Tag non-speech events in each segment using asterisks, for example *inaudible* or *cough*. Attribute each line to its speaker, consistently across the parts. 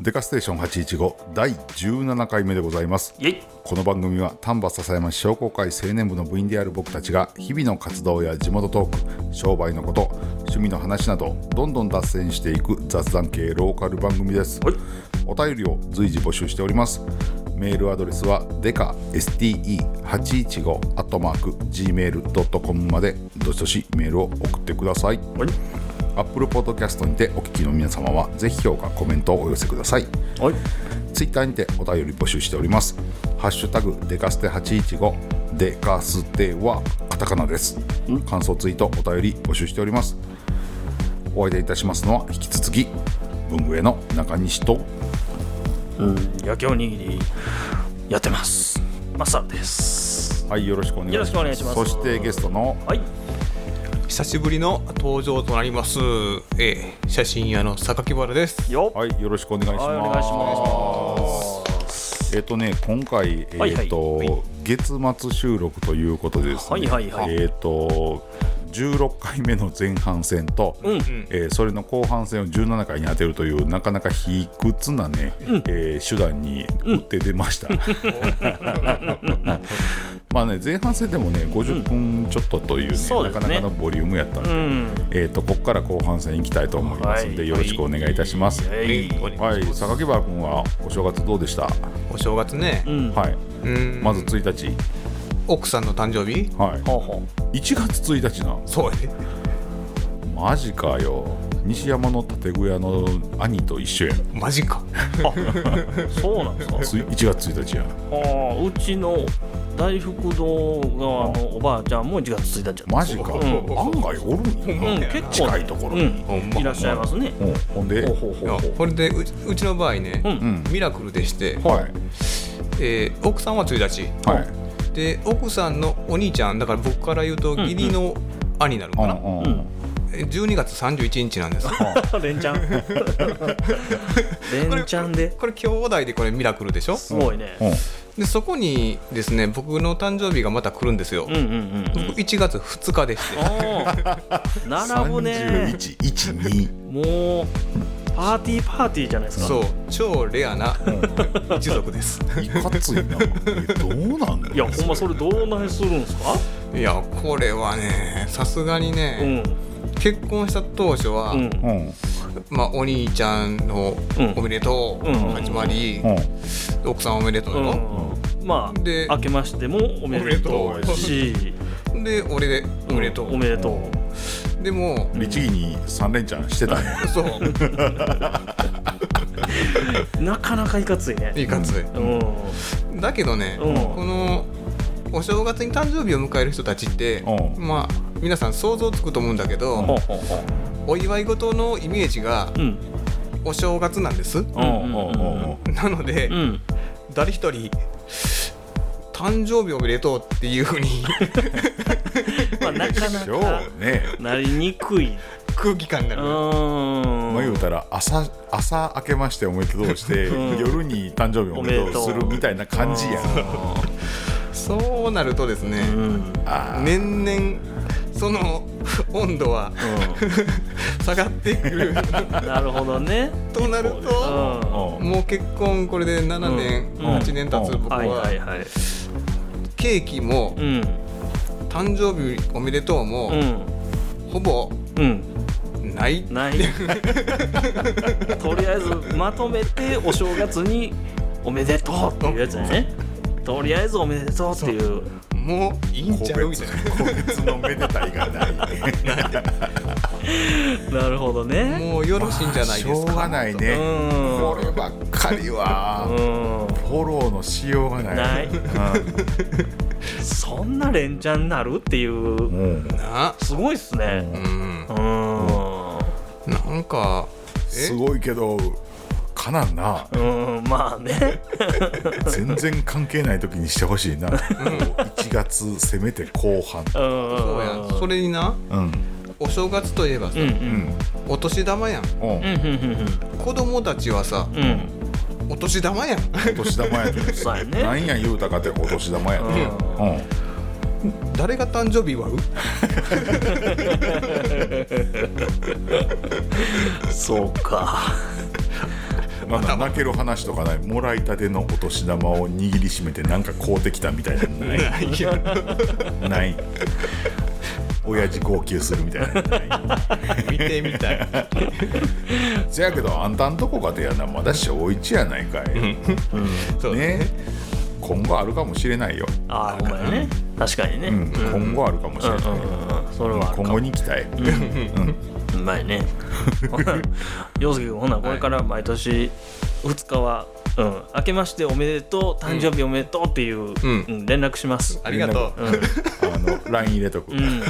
Speaker 1: デカステーション815第17回目でございます
Speaker 2: イェイ
Speaker 1: この番組は丹波篠山市商工会青年部の部員である僕たちが日々の活動や地元トーク商売のこと趣味の話などどんどん脱線していく雑談系ローカル番組です、
Speaker 2: はい
Speaker 1: お便りを随時募集しておりますメールアドレスはデカ STE815 アットマーク Gmail.com までどしどしメールを送ってください
Speaker 2: はい
Speaker 1: Apple Podcast にてお聞きの皆様はぜひ評価コメントをお寄せください
Speaker 2: はい
Speaker 1: ツイッターにてお便り募集しております。ハッシュタグデカステ815デカステはカタカナです。感想ツイートお便り募集しております。お相手いたしますのは引き続き文具への中西と
Speaker 2: 焼きおにぎりやってますマサです
Speaker 1: はいよろしくお願いします。
Speaker 2: よろしくお願
Speaker 1: そ
Speaker 2: いします
Speaker 1: してゲストの
Speaker 2: はい
Speaker 3: 久しぶりの登場となります、ええ、写真屋の榊原です
Speaker 2: よっ
Speaker 1: はいよろしくお願いします。
Speaker 2: はいお願いし
Speaker 1: えっとね今回え
Speaker 2: はいはい
Speaker 1: っと、月末収録ということでですね。
Speaker 2: はいはいはい
Speaker 1: えっと16回目の前半戦と。
Speaker 2: うん
Speaker 1: えーそれの後半戦を17回に当てるというなかなか卑屈なね、えー手段に打って出ました、 *laughs* まあね前半戦でもね50分ちょっとというね、
Speaker 2: そうで
Speaker 1: な
Speaker 2: す
Speaker 1: か
Speaker 2: ね
Speaker 1: なかのボリュームやったんで、
Speaker 2: うん
Speaker 1: えー、とここから後半戦いきたいと思いますんで、
Speaker 2: はい
Speaker 1: よろしくお願いいたします、
Speaker 2: は
Speaker 1: はい
Speaker 3: はいお願いします
Speaker 1: い榊原君はお正月どうでした、
Speaker 3: お正月ね、
Speaker 2: うん
Speaker 1: はい
Speaker 3: うん
Speaker 1: まず1日、
Speaker 3: 奥さんの誕生日
Speaker 1: は
Speaker 2: ほうほう
Speaker 1: い、1月1日な
Speaker 3: そうやね
Speaker 1: マジかよ西山の建具屋の兄と一緒や
Speaker 3: マジか
Speaker 2: そうなんですか
Speaker 1: つい1月1日や
Speaker 2: ああうちの大福堂側のおばあちゃんも1月1日だった
Speaker 1: マジか、
Speaker 2: うん
Speaker 1: 案外おるんや
Speaker 2: うん
Speaker 1: な
Speaker 2: 結構
Speaker 1: 近いところに、
Speaker 3: ほん
Speaker 2: う
Speaker 3: ま
Speaker 2: んいらっしゃいますね
Speaker 1: うんほんで、
Speaker 2: ほうほうほう
Speaker 3: いや
Speaker 2: ほう
Speaker 3: これでうちうちの場合ね、
Speaker 2: うん
Speaker 1: うん
Speaker 3: ミラクルでして、
Speaker 1: はい
Speaker 3: ええ奥さんは1日、
Speaker 1: はい
Speaker 3: で奥さんのお兄ちゃんだから僕から言うと義理の兄になるの
Speaker 1: う
Speaker 3: かな、
Speaker 1: んうん
Speaker 2: う
Speaker 1: うんん
Speaker 3: え12月31日なんです
Speaker 2: *laughs* 連チャン *laughs* 連チャンで
Speaker 3: これ兄弟でこれミラクルでしょ
Speaker 2: すごいね
Speaker 3: でそこにですね僕の誕生日がまた来るんですよ、
Speaker 2: うんうんうん
Speaker 3: 僕1月2日でして
Speaker 2: あ *laughs* あ並ぶね
Speaker 1: 3112
Speaker 2: もうパーティーパーティーじゃないですか
Speaker 3: そう超レアな一
Speaker 2: *laughs*
Speaker 3: 族です
Speaker 1: いかついなえどうなんだ
Speaker 2: いやほんまそれどうなんするんですか
Speaker 3: いやこれはねさすがに
Speaker 2: うん
Speaker 3: ね、結婚した当初は、
Speaker 2: うん
Speaker 1: うん
Speaker 3: まあ、お兄ちゃんの
Speaker 2: うん
Speaker 3: 「おめでとう」
Speaker 2: うん
Speaker 3: 始まり、
Speaker 1: うん
Speaker 3: 奥さんおめでとう
Speaker 2: う
Speaker 3: よ、
Speaker 2: んまあ
Speaker 3: で
Speaker 2: 明けましてもおめでとうやし
Speaker 3: で俺で *laughs* 「おめでとう」
Speaker 2: おめでとう
Speaker 3: でも
Speaker 1: 律儀に3連チャンしてたんや
Speaker 2: *laughs*
Speaker 3: そう
Speaker 2: なかなかいかついね
Speaker 3: いい感じ、
Speaker 2: うん
Speaker 3: だけどね、
Speaker 2: うん
Speaker 3: このお正月に誕生日を迎える人たちって、
Speaker 1: う
Speaker 3: まあ皆さん想像つくと思うんだけど、
Speaker 2: ほうほうほ
Speaker 3: お祝い事のイメージが
Speaker 2: ううん
Speaker 3: お正月なんです、
Speaker 1: うんうんうん
Speaker 3: なので、
Speaker 2: うん
Speaker 3: 誰一人誕生日おめでとうっていうふうに *laughs*
Speaker 2: まあなかな
Speaker 1: 今
Speaker 2: か
Speaker 1: 日ね
Speaker 2: なりにくい
Speaker 3: 空気感にな
Speaker 2: う
Speaker 3: る、
Speaker 1: まあ言
Speaker 2: ん
Speaker 1: うたら朝朝明けましておめでとうして
Speaker 2: うん
Speaker 1: 夜に誕生日おめでとうするみたいな感じや
Speaker 3: そうなるとですね、
Speaker 2: うん
Speaker 1: あー
Speaker 3: 年々その温度は下がってくる
Speaker 2: なるほど
Speaker 3: *laughs*
Speaker 2: ね
Speaker 3: となる
Speaker 2: う
Speaker 3: と、
Speaker 2: ん
Speaker 1: うん
Speaker 3: もう結婚これで7年、
Speaker 2: うん
Speaker 3: 8年経つ
Speaker 1: うん
Speaker 3: 僕は、
Speaker 2: はいはいはい
Speaker 3: ケーキも
Speaker 2: うん
Speaker 3: 誕生日おめでとうも、
Speaker 2: うん
Speaker 3: ほぼ
Speaker 2: うん
Speaker 3: ない
Speaker 2: ない *laughs* とりあえずまとめてお正月におめでとうっていうやつやねとりあえずおめでとうっていう
Speaker 3: もういいん
Speaker 1: 個
Speaker 3: ちゃうみ
Speaker 1: 別
Speaker 3: たい
Speaker 1: 個別のめでたいがない
Speaker 2: なるほど
Speaker 3: な
Speaker 2: ね
Speaker 3: もうよろしいんじゃないですか、
Speaker 1: しょうがない
Speaker 2: うん
Speaker 1: ねこればっかりは
Speaker 2: う
Speaker 1: フォローのしようがない
Speaker 2: んない
Speaker 1: うん
Speaker 2: そんな連チャンになるっていう
Speaker 1: うん
Speaker 3: な
Speaker 2: すごいっすね
Speaker 3: うん
Speaker 2: うん
Speaker 3: なんかえ
Speaker 1: すごいけどかなんな
Speaker 2: うんまあね
Speaker 1: 全然関係ない時にしてほしいな1月せめて後半
Speaker 2: うん
Speaker 3: そうやんそれにな
Speaker 1: うん
Speaker 3: お正月といえばさ、
Speaker 2: うんう
Speaker 1: うんん
Speaker 3: お年玉やん
Speaker 1: うん
Speaker 2: うんうん
Speaker 3: 子供たちはさ
Speaker 2: うんうん
Speaker 3: お年玉やん
Speaker 1: お年玉やで
Speaker 2: そうやね
Speaker 1: なんや言うたかてお年玉やで
Speaker 2: う
Speaker 1: うん
Speaker 3: 誰が誕生日祝う
Speaker 2: そうか
Speaker 1: まだ泣ける話とかないもらいたてのお年玉を握りしめてなんか買うてきたみたいなのない
Speaker 3: いや
Speaker 1: ない親父号泣するみたいなのない
Speaker 3: 見てみたい
Speaker 1: せやけどあんたんとこがでやなまだ小一やないかい、
Speaker 3: そう
Speaker 1: ね今後あるかもしれないよ、
Speaker 2: ああお前ね確かにね、う
Speaker 1: うん
Speaker 2: ん、
Speaker 1: 今後あるかもし
Speaker 2: う
Speaker 1: れ
Speaker 2: んう
Speaker 1: ない、
Speaker 2: んうんそれはあ
Speaker 1: 今
Speaker 2: るか
Speaker 1: 後
Speaker 2: も
Speaker 1: に期待、
Speaker 2: うまいね *laughs* 洋介君ほなこれから毎年2日は、うん、明けましておめでとう誕生日おめでとうっていう、うん
Speaker 3: ん
Speaker 2: 連絡します
Speaker 3: *laughs* ありがとう、
Speaker 1: あの LINE 入れとく、
Speaker 2: うん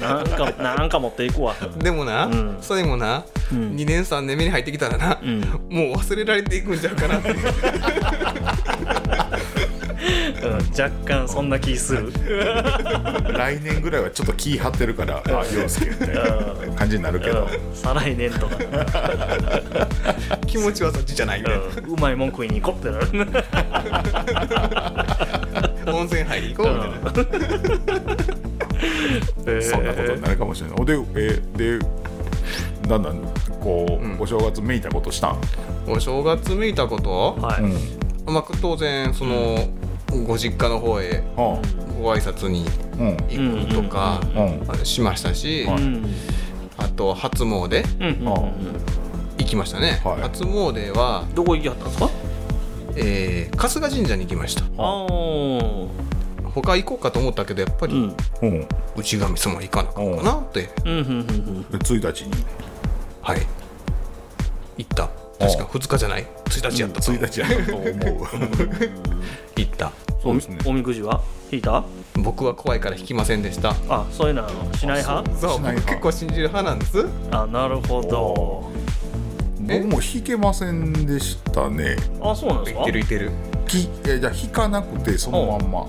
Speaker 2: なんか *laughs* なんか持っていくわ
Speaker 3: でもな、
Speaker 2: うん
Speaker 3: それもな、
Speaker 2: ん
Speaker 3: 2年3年目に入ってきたらな、
Speaker 2: うん
Speaker 3: もう忘れられていくんちゃうかなって
Speaker 2: うん若干そんな気する
Speaker 1: 来年ぐらいはちょっと気張ってるからあ陽介みたいな感じになるけど、
Speaker 2: うん再来年とか、
Speaker 3: 気持ちはそっちじゃないみた
Speaker 2: *laughs*
Speaker 3: いな、
Speaker 2: うんうまいもん食いに行こうってなる
Speaker 3: 温泉入り行こうみたいな、
Speaker 1: そんなことになるかもしれないおで,、えーでだんだんこう、
Speaker 3: うん
Speaker 1: お正月めいたことしたん、
Speaker 3: お正月めいたこと、
Speaker 2: はい、
Speaker 1: うん
Speaker 3: まあ、当然その、ご実家の方へ
Speaker 1: は
Speaker 3: ご挨拶に
Speaker 1: あうん
Speaker 3: 行くとか
Speaker 1: うんうんうん
Speaker 3: あしましたし、
Speaker 1: はい
Speaker 2: うん
Speaker 3: あと初
Speaker 2: う
Speaker 3: 詣
Speaker 2: んうんうんうん
Speaker 3: 行きましたね、
Speaker 1: はい
Speaker 3: 初詣は、
Speaker 2: どこ行きはったんですか
Speaker 3: えー春日神社に行きました
Speaker 2: あー
Speaker 3: 他行こうかと思ったけどやっぱ
Speaker 2: う
Speaker 3: り、
Speaker 2: ん
Speaker 1: うん
Speaker 3: 内神様行かなかったかなって、
Speaker 2: うんうんうん
Speaker 1: で1日に
Speaker 3: はい行った確か2日じゃない1日やったと思う
Speaker 1: 1日やったと思う
Speaker 3: 行った
Speaker 1: *laughs* *laughs* そうですね
Speaker 2: うんおみくじは引いた
Speaker 3: 僕は怖いから引きませんでした
Speaker 2: あそういうのはしない派
Speaker 3: そ
Speaker 1: しない
Speaker 3: う僕
Speaker 1: 派
Speaker 3: 結構信じる派なんです
Speaker 2: あなるほど
Speaker 3: え
Speaker 1: 僕も引けませんでしたね
Speaker 2: あそうなんです
Speaker 3: 行
Speaker 2: か
Speaker 3: ってる行ってる
Speaker 1: きえーじゃあ引かなくてそのまんま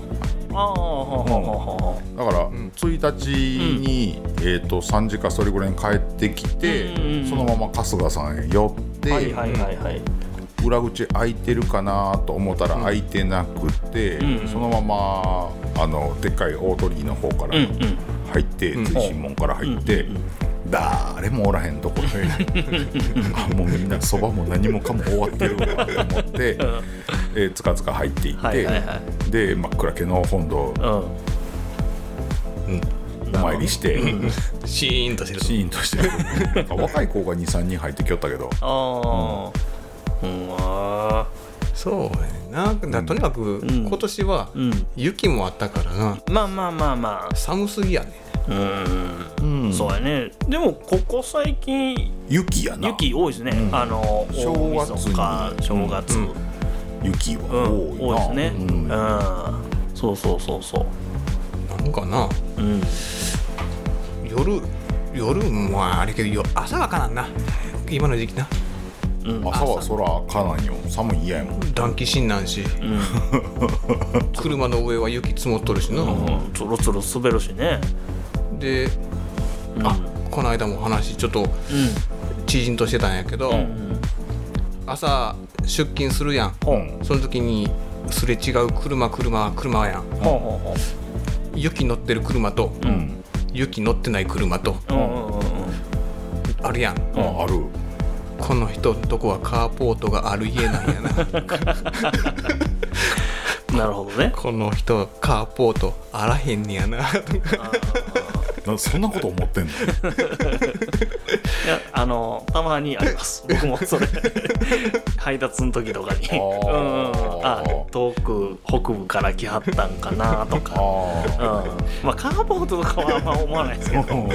Speaker 2: ああはあはあはあはあ
Speaker 1: だから
Speaker 3: ん
Speaker 1: 1日に、えー、と3時かそれぐらいに帰ってきて、
Speaker 2: うんうんうん
Speaker 1: そのまま春日さんへ寄って、
Speaker 2: はいはいはいはい
Speaker 1: 裏口開いてるかなと思ったら開いてなくて、
Speaker 2: うん
Speaker 1: そのままあのでっかい大鳥居の方から
Speaker 2: うん
Speaker 1: 入って、
Speaker 3: うん
Speaker 1: 追伸門から入って、誰もおらへんところへあ *laughs* もうみんなそばも何もかも終わってるわと思って、えーつかつか入っていって、
Speaker 2: はいはいは
Speaker 1: で真っ暗けの本堂
Speaker 2: うんうん
Speaker 1: お参りして。
Speaker 3: シーンとしてる
Speaker 1: シーンとしてなんか若い子が23人入ってきよったけど
Speaker 2: ああうんあ
Speaker 3: そうやねんなだからとにかく
Speaker 2: ん
Speaker 3: 今年は
Speaker 2: うん
Speaker 3: 雪もあったからな
Speaker 2: まあまあまあま
Speaker 3: 寒すぎやね
Speaker 2: あうん
Speaker 1: うん
Speaker 2: そうやねでもここ最近
Speaker 1: 雪やな
Speaker 2: 雪多いですね、
Speaker 1: うん
Speaker 2: あの
Speaker 1: 正
Speaker 2: 大
Speaker 1: 月に
Speaker 2: 晦日正月、
Speaker 3: う
Speaker 2: うんん
Speaker 1: 雪は
Speaker 2: 多いです
Speaker 1: 多いな
Speaker 2: ねうん、そうそうそうそ
Speaker 3: なんかな
Speaker 2: ううん
Speaker 3: 夜夜もあれけどよ朝はかなんな今の時期な
Speaker 2: うん
Speaker 1: 朝は空かないよ寒い嫌やもん
Speaker 3: 暖気しんなんし
Speaker 2: うん
Speaker 3: 車の上は雪積もっとるしな、
Speaker 2: うんつるつる滑るしね
Speaker 3: で、あこの間も話ちょっと
Speaker 2: う
Speaker 3: 知人としてたんやけど、
Speaker 2: んうん
Speaker 3: 朝出勤するやん
Speaker 1: うん
Speaker 3: その時にすれ違う車車車やん
Speaker 2: ほうほうほ
Speaker 3: 雪乗ってる車と、
Speaker 1: うん
Speaker 3: 雪乗ってない車と
Speaker 2: ううんうんうんうん
Speaker 3: あるやん
Speaker 1: あある
Speaker 3: この人んとこはカーポートがある家なんや
Speaker 2: *laughs*
Speaker 3: な
Speaker 2: なるほどね。
Speaker 3: この人カーポートあらへんねやなとか
Speaker 1: なそんなこと思ってんの
Speaker 2: いや、あの、たまにあります。僕もそれ。
Speaker 1: *laughs*
Speaker 2: 配達の時とかに。
Speaker 1: あー
Speaker 2: うんうんあ、遠く北部から来はったんかなと
Speaker 1: *laughs*
Speaker 2: か。うん、
Speaker 1: あ
Speaker 2: まあ、カーポートとかはあんま思わないですけ
Speaker 1: あ
Speaker 2: ど。うん、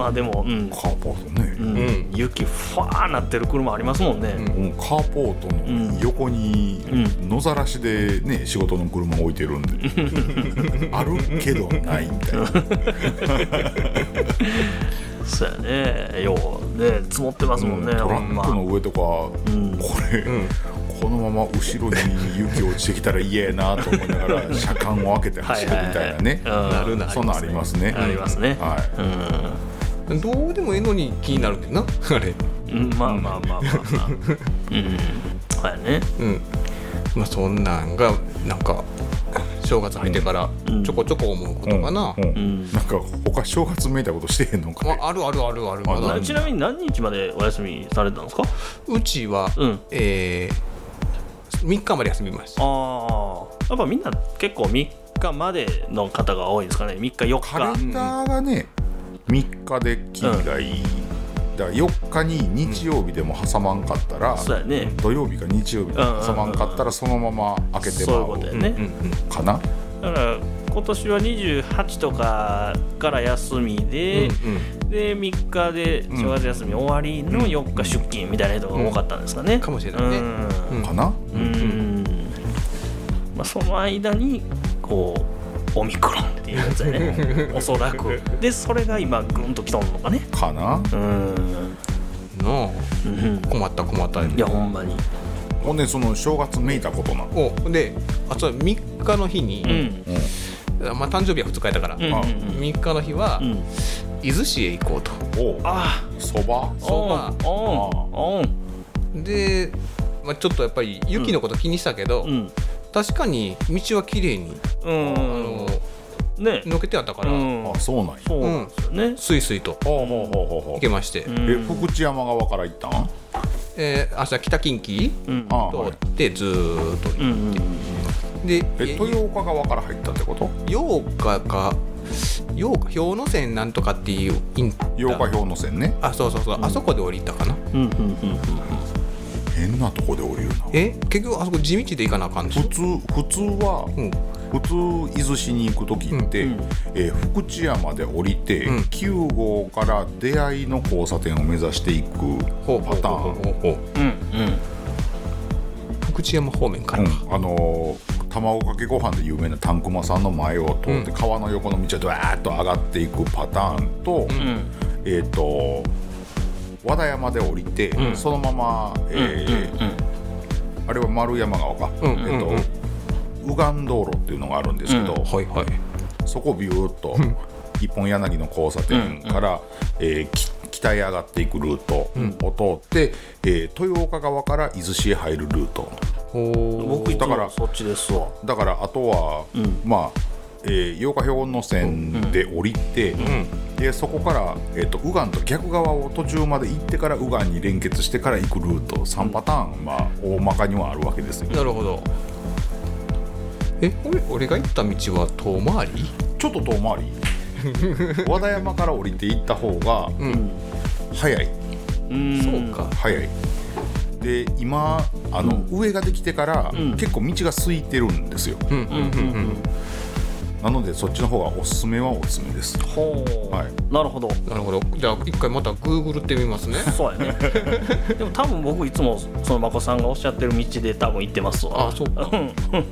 Speaker 2: まあ、でも、うん
Speaker 1: カ。ーポート
Speaker 2: う
Speaker 1: ね、
Speaker 2: ん
Speaker 3: うん
Speaker 2: 雪ファーなってる車ありますもんね。
Speaker 3: うん
Speaker 1: もうカーポートの横に
Speaker 2: う
Speaker 1: 野ざらしでね仕事の車置いてるんで
Speaker 2: *laughs*
Speaker 1: あるけどないみたいな
Speaker 2: そうやね。よう、ね、積もってますもんね。
Speaker 1: ト
Speaker 2: ほ
Speaker 1: ラ
Speaker 2: ん
Speaker 1: ッ
Speaker 2: ま
Speaker 1: クの上とか、
Speaker 2: ん
Speaker 1: これ、
Speaker 3: ん
Speaker 1: このまま後ろに雪落ちてきたら嫌やなと思いながら車間を開けて走るみたいなね
Speaker 2: はいはいはいうん
Speaker 3: なるな
Speaker 1: そんなんありますね
Speaker 2: ありますね。
Speaker 1: はい
Speaker 2: うん。
Speaker 3: どうでもええのに気になるねんなあれ
Speaker 2: うんまあまあまあまあまあ *laughs* うんそうやね
Speaker 3: うんまあそんなんがなんか正月入ってから
Speaker 2: うん
Speaker 3: ちょこちょこ思うことかな、
Speaker 1: うんうん
Speaker 2: うん
Speaker 1: なんか他正月めいたことしてへんのかい、
Speaker 3: まあ、あるあるあるあるま
Speaker 1: あ
Speaker 3: だ
Speaker 1: る
Speaker 2: ちなみに何日までお休みされたんですか
Speaker 3: うちは、
Speaker 2: うん
Speaker 3: え3日まで休みました
Speaker 2: ああやっぱみんな結構3日までの方が多いですかね3日4
Speaker 1: カレ
Speaker 2: 日
Speaker 1: ンダーがね3日で切りがいい、だから4日に日曜日でも挟まんかったら、
Speaker 2: そうやね
Speaker 1: 土曜日か日曜日でも挟まんかったらそのまま開けて
Speaker 2: そういう
Speaker 1: ま
Speaker 2: ことや
Speaker 1: う
Speaker 2: ね、
Speaker 3: うんうん
Speaker 1: かな
Speaker 2: だから今年は28とかから休みで、で3日で正月休み終わりの4日出勤みたいな人が多かったんですかね、
Speaker 3: かもしれないね
Speaker 2: うん
Speaker 1: かな
Speaker 2: うんまあ、その間にこうオミクロンっていうやつやねおそらくでそれが今グンときとんのかね
Speaker 1: かな
Speaker 2: うん
Speaker 3: の
Speaker 2: うん
Speaker 3: 困った困った、
Speaker 2: いやほんまに
Speaker 1: ほんでその正月めいたことなの
Speaker 3: おであとは3日の日に、
Speaker 2: うん
Speaker 3: まあ、誕生日は2日やったから、
Speaker 2: うんうんうん
Speaker 3: 3日の日は、
Speaker 2: うん
Speaker 3: 伊豆市へ行こうと
Speaker 1: おう
Speaker 2: あ
Speaker 1: そば
Speaker 2: あ
Speaker 3: そうか
Speaker 2: おんおんおん
Speaker 3: で、まあ、ちょっとやっぱり雪のこと気にしたけど、
Speaker 2: うん
Speaker 3: 確かに道は綺麗に、
Speaker 2: う
Speaker 3: あ
Speaker 2: ん
Speaker 3: の
Speaker 2: ね
Speaker 3: のけてあったから、
Speaker 2: うん
Speaker 1: あそうなんや
Speaker 2: そうなんですよね
Speaker 3: スイスイと
Speaker 1: ほうほうほうほうほ
Speaker 3: 行
Speaker 1: う
Speaker 3: けまして、
Speaker 2: うん
Speaker 1: え福知山側から行ったんあ
Speaker 3: えー、明日北近畿
Speaker 2: うん
Speaker 1: あはい
Speaker 3: 通ってずーっと、
Speaker 2: うんうん
Speaker 1: え
Speaker 3: でえ
Speaker 1: 豊岡側から入ったってこと
Speaker 3: 8日か8日氷ノ山なんとかっていうインター
Speaker 1: 八日氷の線ね
Speaker 3: あそうそうそう、あそこで降りたかな
Speaker 2: うんうんうんうん
Speaker 1: 変なとこで降りるな
Speaker 3: え結局あそこ地道で行かなあかんでしょ
Speaker 1: 普通普通は、
Speaker 3: うん
Speaker 1: 普通伊豆市に行く時って、
Speaker 2: うん
Speaker 1: えー福知山で降りて、
Speaker 3: うん
Speaker 1: 9号から出会いの交差点を目指していく
Speaker 3: ほうほ
Speaker 1: パ
Speaker 3: う
Speaker 1: タ
Speaker 3: ほう
Speaker 1: ーン
Speaker 3: ほうほう
Speaker 2: うんうん
Speaker 3: 福知山方面か
Speaker 1: う
Speaker 3: らか、
Speaker 1: んあのー卵かけご飯で有名なタンクマさんの前を通って、
Speaker 3: う
Speaker 1: 川の横の道をドワーッと上がっていくパターンと、
Speaker 2: うん
Speaker 1: えっ、と和田山で降りて、
Speaker 3: うん
Speaker 1: そのまま、えーあれは丸山川か、
Speaker 3: うん
Speaker 1: えっ、
Speaker 3: うんうん
Speaker 1: と右岸道路っていうのがあるんですけど、
Speaker 2: うん
Speaker 3: はいはい
Speaker 1: そこをビューッと一本柳の交差点から、えーき北へ上がっていくルートを通って、えー豊岡側から伊豆市へ入るルート
Speaker 3: ほ
Speaker 2: 僕いつ
Speaker 1: だから
Speaker 2: もそっちですわ
Speaker 1: だからあとは、
Speaker 2: ん
Speaker 1: まあ、えー、八日標の線で降りて、でそこから、えー、と右岸と逆側を途中まで行ってから右岸に連結してから行くルート3パターン、まあ、大まかにはあるわけですよ
Speaker 3: うなるほどえ俺俺が行った道は遠回り
Speaker 1: ちょっと遠回り和田山から降りて行った方が
Speaker 3: うん
Speaker 1: 早い。
Speaker 2: うん
Speaker 3: そうか
Speaker 1: 早いで今あの、上ができてから、
Speaker 2: ん
Speaker 1: 結構道が空いてるんですよ
Speaker 3: うんうんうんうん
Speaker 1: なのでそっちの方がおすすめはおすすめです
Speaker 2: ほう、
Speaker 1: はい
Speaker 2: なるほど
Speaker 3: なるほどじゃあ一回またグーグルってみますね
Speaker 2: そうやねでも多分僕いつもそのまこさんがおっしゃってる道で多分行ってますわ
Speaker 3: あそうか
Speaker 2: うん *laughs*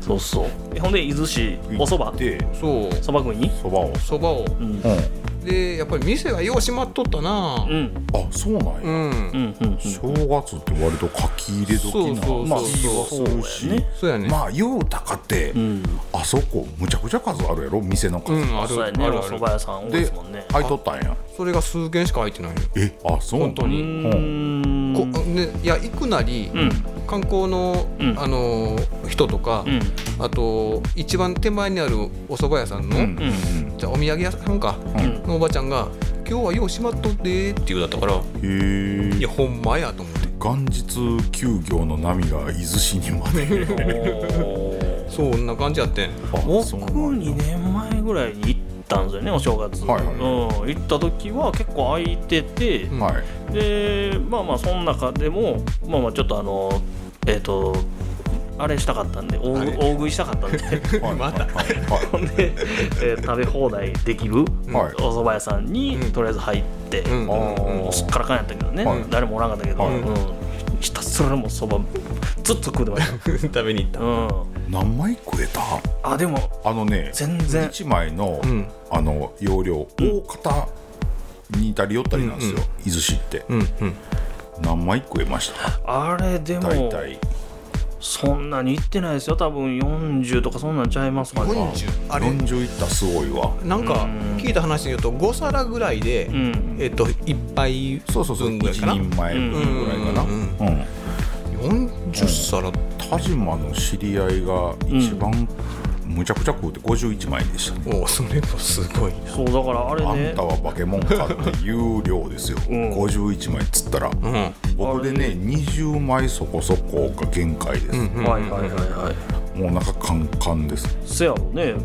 Speaker 2: そうそうえほんで伊豆市おそば
Speaker 1: で
Speaker 3: そう
Speaker 2: そば食いに
Speaker 1: そばを
Speaker 3: そばを
Speaker 2: うん
Speaker 1: うんあ
Speaker 3: でやっぱり店がよう閉まっとったな
Speaker 2: うん
Speaker 1: そうなんや、
Speaker 3: うん、
Speaker 2: うんうん
Speaker 1: 正月って割と書き入れ時な
Speaker 3: そうそうそう
Speaker 1: まあ気はするし、
Speaker 2: そうやね
Speaker 3: そうやね
Speaker 1: まあようたかて、
Speaker 2: うん
Speaker 1: あそこむちゃくちゃ数あるやろ店の数、
Speaker 3: うんある
Speaker 2: そうやね
Speaker 3: あ
Speaker 2: お
Speaker 3: る
Speaker 2: 蕎
Speaker 3: あ
Speaker 2: 麦
Speaker 3: る
Speaker 2: 屋さん多いで
Speaker 1: です
Speaker 2: もんね
Speaker 1: 入っとったんや
Speaker 3: それが数軒しか入ってないよ
Speaker 1: えあそう
Speaker 3: 本当
Speaker 2: う
Speaker 3: に
Speaker 2: ーん
Speaker 3: こね、いや行くなり、
Speaker 2: うん
Speaker 3: 観光の、
Speaker 2: うん
Speaker 3: あのー人とか、
Speaker 2: うん
Speaker 3: あと一番手前にあるお蕎麦屋さんの、
Speaker 1: うんうん
Speaker 3: じゃあお土産屋さんか、
Speaker 1: うん
Speaker 2: うん
Speaker 3: のおばちゃんが「今日はよう閉まっとって」って言うだったから
Speaker 1: へえ
Speaker 3: いやほんまやと思って
Speaker 1: 元日休業の波が伊豆市にまで
Speaker 2: お
Speaker 3: そんな感じやってん
Speaker 1: あ
Speaker 2: ー
Speaker 1: そう
Speaker 2: 僕
Speaker 1: なんや
Speaker 2: 2年前ぐらいに行ったんですよねお正月、
Speaker 1: はいはい
Speaker 2: うん、行った時は結構空いてて、
Speaker 3: うん
Speaker 1: はい
Speaker 2: でまあまあその中でもまあまあちょっとあのえっ、とあれしたかったんで大
Speaker 3: あ
Speaker 2: 食
Speaker 3: れ
Speaker 2: い大食いしたかったんで
Speaker 1: はい
Speaker 3: また
Speaker 1: はい
Speaker 2: ほんで、えー食べ放題できる
Speaker 1: はい
Speaker 2: お蕎麦屋さんに、
Speaker 3: うん
Speaker 2: とりあえず入って、
Speaker 3: うんうん
Speaker 1: あー
Speaker 2: すっからかんやったけどね、
Speaker 1: はい
Speaker 2: 誰もおらんかったけど、
Speaker 1: はい
Speaker 2: うんひたすらもうそばずっと食うてまし、
Speaker 3: 食べに行った *laughs* た
Speaker 2: うん、
Speaker 1: 何枚食えた
Speaker 2: あでも
Speaker 1: あのね
Speaker 2: 全然
Speaker 1: 1枚の、
Speaker 3: うん
Speaker 1: あの容量大方にいたり寄ったりなんですよ、
Speaker 3: うん
Speaker 1: 伊豆市って
Speaker 3: うんうん
Speaker 1: 何枚食えました
Speaker 2: あれでも
Speaker 1: 大体
Speaker 2: そんなに行ってないですよ多分40とかそんなんちゃいますかね
Speaker 3: 40あれ
Speaker 1: 40いったらすごいわ
Speaker 3: なんか
Speaker 2: うん
Speaker 3: 聞いた話によると5皿ぐらいで、
Speaker 2: うん
Speaker 3: えっと1杯
Speaker 1: そうそうそう1
Speaker 3: 分ぐらいかな
Speaker 1: 人前分ぐらいかな
Speaker 3: うん
Speaker 1: うん
Speaker 3: 40皿
Speaker 1: 食田島の知り合いが一番むちゃくちゃ食うて51枚でしたね、
Speaker 3: おおそれもすごいな
Speaker 2: そうだからあれ
Speaker 1: あ
Speaker 2: ね
Speaker 1: んたは化け物かっていう量ですよ、
Speaker 2: ん
Speaker 1: 51枚っつったら、
Speaker 3: うん
Speaker 1: 僕でね20枚そこそこが限界です、
Speaker 3: うん
Speaker 2: はいはいはいはい
Speaker 1: もうお腹カンカンです
Speaker 2: せやろねいやなん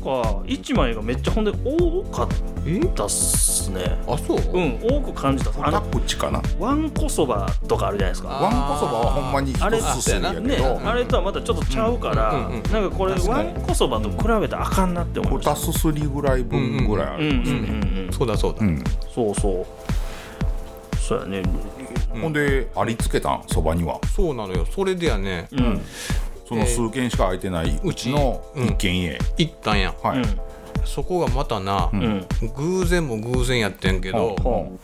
Speaker 2: か1枚がめっちゃほんで多かっ
Speaker 3: え
Speaker 2: たっすね
Speaker 3: あそう
Speaker 2: うんん多く感じた
Speaker 1: タ
Speaker 2: あの
Speaker 1: コチかな
Speaker 2: わんこそばとかあるじゃないですか
Speaker 1: わんこそばはほんまに
Speaker 2: あれ
Speaker 1: 一すすりやけ
Speaker 2: ね
Speaker 1: ど
Speaker 2: あれとはまたちょっとちゃうから、
Speaker 3: うんうんうん
Speaker 2: なんかこれ
Speaker 3: 確
Speaker 2: わ
Speaker 3: かに
Speaker 2: んこそばと比べたらあかんなって思いました
Speaker 1: 2すすりぐらい分ぐらいあ
Speaker 2: うん
Speaker 1: る
Speaker 2: うんうんうん
Speaker 3: そうだそうだ、
Speaker 1: うん
Speaker 2: そうそうそうやね
Speaker 1: ほんでありつけたんそばには
Speaker 3: そうなのよそれでやね
Speaker 2: うん
Speaker 1: その数軒しか空いてないうちの一軒家、
Speaker 3: 行ったんや
Speaker 1: は
Speaker 2: う
Speaker 1: い、
Speaker 2: ん
Speaker 3: そこがまたな、
Speaker 2: うん
Speaker 3: 偶然も偶然やってんけど、
Speaker 2: ほ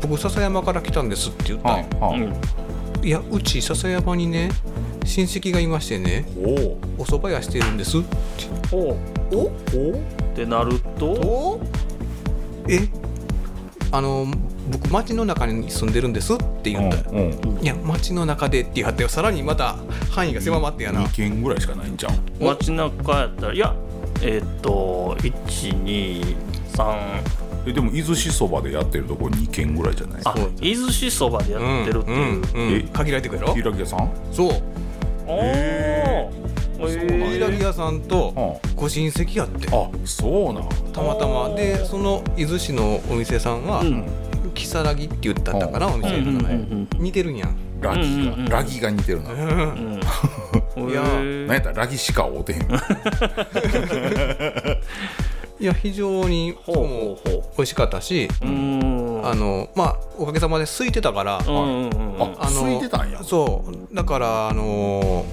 Speaker 3: 僕笹山から来たんですって言ったん
Speaker 1: は
Speaker 3: や、
Speaker 1: いは
Speaker 2: う
Speaker 1: い、
Speaker 2: うん
Speaker 3: いやうち笹山にね親戚がいましてね
Speaker 1: お
Speaker 3: お蕎麦屋してるんですって
Speaker 2: ほ
Speaker 1: おお
Speaker 2: うってなると
Speaker 3: おえあの僕町の中に住んでるんですって言ったよ、
Speaker 1: うんうん
Speaker 3: いや町の中でって言ってさらにまた範囲が狭まってやな
Speaker 1: 2軒ぐらいしかないんじゃん
Speaker 3: お
Speaker 2: 街中やったらいやえーっと123
Speaker 1: えでも伊豆市そばでやってるとこ2軒ぐらいじゃない
Speaker 2: あ
Speaker 3: そう
Speaker 2: 伊豆市そばでやってるっていう、
Speaker 3: うんうんうん
Speaker 1: え
Speaker 3: 限られてくるやろ
Speaker 1: 平木屋さんは
Speaker 3: そう
Speaker 2: おー
Speaker 1: へ
Speaker 2: えー
Speaker 3: イラギ屋さんと
Speaker 1: あ
Speaker 3: ご親戚やって
Speaker 1: あそうなん
Speaker 3: たまたま
Speaker 2: おー
Speaker 3: でその伊豆市のお店さんは、
Speaker 2: うん
Speaker 3: キサラギって言ったんだかなお店の名前、
Speaker 2: うんうんうんうん
Speaker 3: 似てるんやん、
Speaker 1: ラギが、
Speaker 2: うんうんうん
Speaker 1: ラギが似てるな、なん、
Speaker 2: うん
Speaker 3: い
Speaker 2: へ
Speaker 3: や
Speaker 1: や
Speaker 2: ー
Speaker 1: ったらラギしか会うてへん
Speaker 3: いや非常に
Speaker 2: ほうほうほ
Speaker 3: 美味しかったし、
Speaker 2: ううーん
Speaker 3: あのまあおかげさまで空いてたから、
Speaker 2: うんうんうん
Speaker 1: あ
Speaker 3: あの
Speaker 1: 空いてたんや
Speaker 3: そうだからあの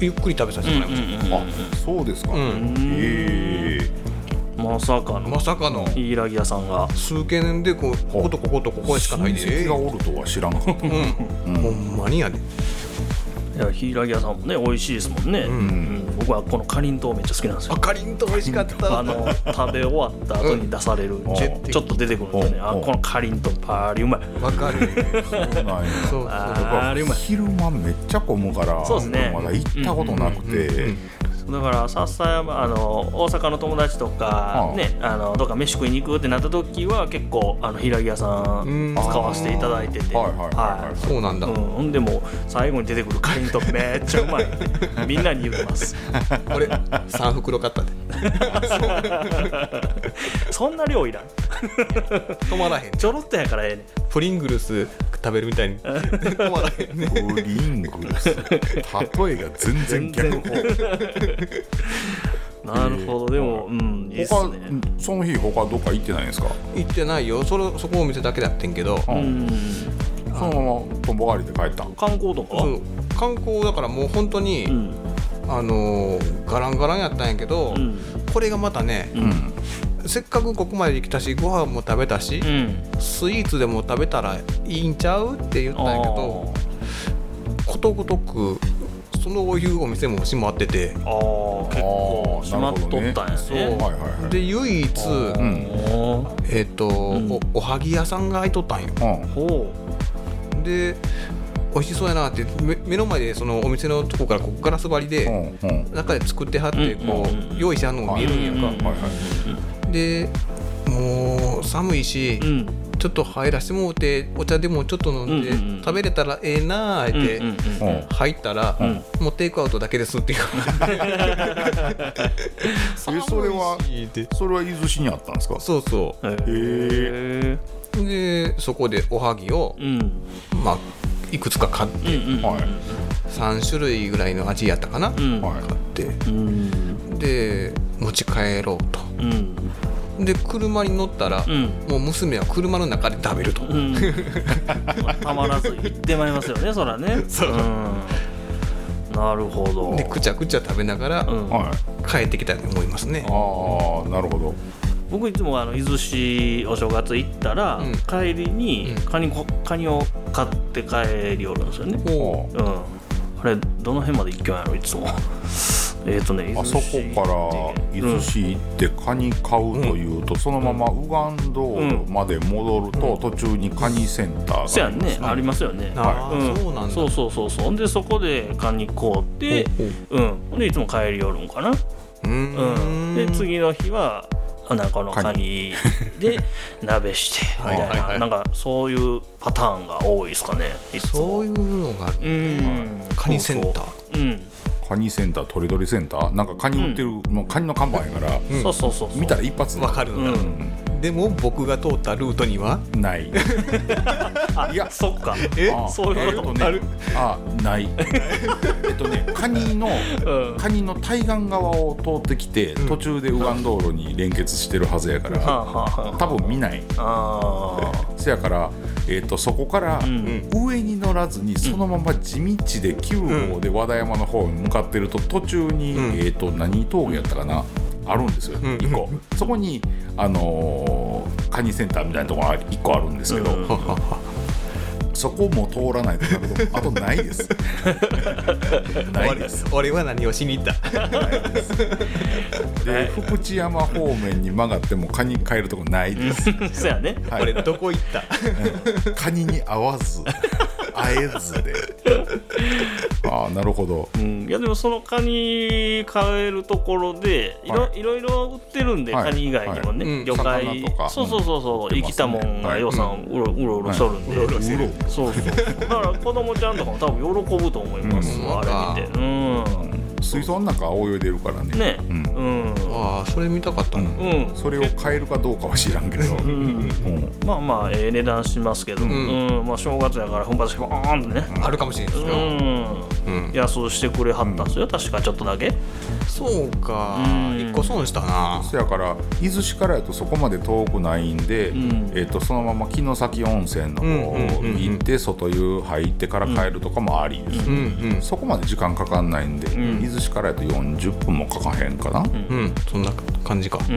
Speaker 3: ゆっくり食べさせてもらいまし
Speaker 1: あそうですか、
Speaker 3: た、うん
Speaker 1: へえ
Speaker 2: まさかの
Speaker 3: まさかの
Speaker 2: イラギ屋さんが
Speaker 3: 数軒でこうこことこことここしかない
Speaker 1: 親
Speaker 3: で
Speaker 1: 戚がおるとは知らなかった、
Speaker 3: うん、ほんまにやで
Speaker 2: いやヒイラギ屋さんもね美味しいですもんね、うん僕はこのかりんとうめっちゃ好きなんですよ
Speaker 3: あかりんとう美味しかった
Speaker 2: あの食べ終わった後に出される、
Speaker 1: ん
Speaker 2: ちょちょっと出てくるんでねあ
Speaker 1: うん
Speaker 2: このかりんとうパーリうまい
Speaker 3: わかる
Speaker 1: そうなんや
Speaker 3: *laughs* そうそう
Speaker 2: あれうまい
Speaker 1: 昼間めっちゃ混むから
Speaker 2: そうですね
Speaker 1: まだ行ったことなくて、
Speaker 2: だから笹山あの大阪の友達とか、
Speaker 1: うん
Speaker 2: ね、あのどっか飯食いに行くってなった時は結構あの平木屋さ
Speaker 3: うんん
Speaker 2: 使わせていただいてて
Speaker 1: はいはいはいはい
Speaker 2: は
Speaker 3: そうなんだ、
Speaker 2: いうんほんでもう最後に出てくるかりんとうめっちゃうまいってみんなに言ってます
Speaker 3: 俺3袋買ったで
Speaker 2: そんな量いらん
Speaker 3: 止まらへん
Speaker 2: ちょろっとやからええねん
Speaker 3: プリングルス食べるみたいに止まらへんね
Speaker 1: ブリングルス例えが全然逆
Speaker 2: 全然なるほどでもうんいいっす
Speaker 1: 他
Speaker 2: ね
Speaker 1: その日他どっか行ってないんですか
Speaker 3: 行ってないよそれそこお店だけだってんけど、
Speaker 1: う
Speaker 2: うん
Speaker 1: そのままとんぼがりで帰ったん
Speaker 2: 観光とか
Speaker 3: そう観光だからもう本当に、
Speaker 2: うん
Speaker 3: あのーガランガランやったんやけど、
Speaker 2: うん
Speaker 3: これがまたね、
Speaker 2: うん
Speaker 3: せっかくここまで来たしご飯も食べたし、
Speaker 2: うん
Speaker 3: スイーツでも食べたらいいんちゃうって言ったんやけどことごとくそのいうお店も閉まってて
Speaker 2: あー結構
Speaker 1: あー
Speaker 2: 決まっとったんやね
Speaker 1: なるほどねはいはいはい
Speaker 3: で唯一
Speaker 1: うん
Speaker 2: おー
Speaker 3: えっ、と、
Speaker 2: ん
Speaker 3: おおはぎ屋さんが開いとったんよ
Speaker 1: うん
Speaker 2: ほ
Speaker 3: で美味しそうやなってめ目の前でそのお店のとこからこうガラス張り
Speaker 1: う
Speaker 3: で
Speaker 1: んうん
Speaker 3: 中で作ってはって
Speaker 2: う
Speaker 3: こ
Speaker 2: んうんう
Speaker 3: う用意してはるのが見えるんやんか、
Speaker 1: はいはい
Speaker 3: でもう寒いし、
Speaker 2: ううん
Speaker 3: ちょっと入らしてもうてお茶でもちょっと飲んで、
Speaker 2: うんうんうん
Speaker 3: 食べれたらええなあ
Speaker 2: う
Speaker 3: っ
Speaker 2: ん
Speaker 3: て
Speaker 2: うん
Speaker 1: う
Speaker 2: うん
Speaker 1: ん
Speaker 3: 入ったら、
Speaker 2: うん
Speaker 3: もうテイクアウトだけですっていう
Speaker 2: *laughs*
Speaker 1: えそれは
Speaker 3: 寒いしって
Speaker 1: それは伊豆市にあったんですか
Speaker 3: そうそ
Speaker 1: え
Speaker 2: へえ
Speaker 3: うでそこでおはぎを
Speaker 2: う、んうん
Speaker 3: まあいくつか買っ
Speaker 2: うんうん
Speaker 1: はい
Speaker 3: 3種類ぐらいの味やったかな、
Speaker 2: うん
Speaker 1: はい
Speaker 3: 買って
Speaker 2: うん
Speaker 3: で持ち帰ろうと
Speaker 2: うん
Speaker 3: で車に乗ったら、
Speaker 2: うん
Speaker 3: もう娘は車の中で食べると、
Speaker 2: うんたまらず行ってまいりますよねそらねうんなるほど
Speaker 3: でくちゃくちゃ食べながら
Speaker 2: うん
Speaker 1: はい
Speaker 3: 帰ってきたと思いますね、
Speaker 1: ああなるほど
Speaker 2: 僕いつもあの伊豆市お正月行ったら、
Speaker 3: うん
Speaker 2: 帰りに
Speaker 3: うん
Speaker 2: カニこカニを買って帰りおるんですよね
Speaker 3: おう
Speaker 2: うんあれどの辺まで行きょんやろいつもえっ、とね
Speaker 1: あそこから伊豆市行ってカニ買うというと、そのままウガンドールまで戻ると、途中にカニセンター
Speaker 2: そ
Speaker 1: があ
Speaker 2: やん
Speaker 1: ります
Speaker 2: ねありますよね
Speaker 3: あー
Speaker 2: ん
Speaker 3: そうなんだ
Speaker 2: そうそうそうそうほんでそこでカニ買うて
Speaker 3: ほう
Speaker 2: うんほんでいつも帰り寄るんかな
Speaker 3: う
Speaker 2: うんんで次の日はあなんかこのカニで鍋してみたいな,、
Speaker 3: はいはいはい
Speaker 2: なんかそういうパターンが多いですかねいつも
Speaker 3: そういうのがある
Speaker 2: うん
Speaker 3: カニセンタ
Speaker 2: そうそ
Speaker 3: ー
Speaker 2: ううん
Speaker 1: カニセンターとりどりセンターなんかカニ売ってる、もうカニの看板やから、
Speaker 3: ん
Speaker 2: そうそうそうそう
Speaker 1: 見たら一発
Speaker 3: わかる
Speaker 2: うん
Speaker 3: だ
Speaker 2: ん
Speaker 3: でも僕が通ったルートには
Speaker 1: ないいや
Speaker 2: そっか
Speaker 3: え
Speaker 1: あ
Speaker 2: そういうこと
Speaker 1: えっね
Speaker 2: ある
Speaker 1: あない
Speaker 2: *laughs*
Speaker 1: えっとねカニの
Speaker 2: うん
Speaker 1: カニの対岸側を通ってきて、
Speaker 3: ん
Speaker 1: 途中で右岸道路に連結してるはずやか
Speaker 2: はあ
Speaker 1: ら、
Speaker 2: はあは
Speaker 1: 多分見ない
Speaker 2: ああー
Speaker 1: せやから、えっとそこから、
Speaker 2: うん
Speaker 1: 上に乗らずにそのまま地道で9号で和田山の方に向かってると途中に、
Speaker 3: うん
Speaker 1: えっと何峠やったかなあるんですよ
Speaker 3: ん
Speaker 1: 1個、そこに、あのーカニセンターみたいなとこが1個あるんですけど、
Speaker 2: うん
Speaker 3: ははは
Speaker 1: そこも通らないとなるとあとないですないです
Speaker 3: 俺俺は何をしに行った
Speaker 1: で福知山方面に曲がってもカニ買えるとこないです、
Speaker 2: *laughs* そうやね
Speaker 1: はい
Speaker 3: 俺どこ行った
Speaker 1: カニに合わず会えず
Speaker 3: *laughs*
Speaker 1: でああなるほど
Speaker 2: うん、いやでもそのカニ買えるところでいろ,、、
Speaker 1: はい
Speaker 2: ろいろ売ってるんで、
Speaker 1: はい
Speaker 2: カニ以外にもね、
Speaker 3: はいうん
Speaker 2: 魚介
Speaker 1: 魚とか
Speaker 2: そうそうそうそう、
Speaker 1: うん
Speaker 2: 生きたもんが
Speaker 1: はい
Speaker 2: 予算うろうろうろしとるんで、
Speaker 1: うろうろしてる
Speaker 2: そうそうだから子供ちゃんとかも多分喜ぶと思いますわ、
Speaker 3: うん
Speaker 2: あれ見てうん
Speaker 1: 水槽の中泳いでるからね
Speaker 2: ね
Speaker 1: うん
Speaker 2: うん
Speaker 3: *laughs* ああそれ見たかったな
Speaker 2: うん、
Speaker 1: それを買えるかどうかは知らんけど、
Speaker 2: う
Speaker 1: うん
Speaker 2: ん、まあまあええ値段しますけど、うんんまあ、正月やから奮発してバーンとね
Speaker 3: あるかもしれないです
Speaker 2: う
Speaker 3: よ
Speaker 2: ん
Speaker 3: うん
Speaker 2: 安うしてくれはったんですよ、確かちょっとだけ
Speaker 3: そうか
Speaker 2: うん
Speaker 3: 一個損したな
Speaker 1: そやから伊豆市からやとそこまで遠くないんで、
Speaker 2: ん
Speaker 1: えっとそのまま城崎温泉の方
Speaker 3: うんうんうんうん
Speaker 1: 行って外湯入ってから帰るとかもありです、
Speaker 3: うんうん
Speaker 1: そこまで時間かかんないんで、
Speaker 2: ん
Speaker 1: 伊豆市からやと40分もかかへんかな、うん
Speaker 3: うんそんな感じか
Speaker 2: ん
Speaker 1: そん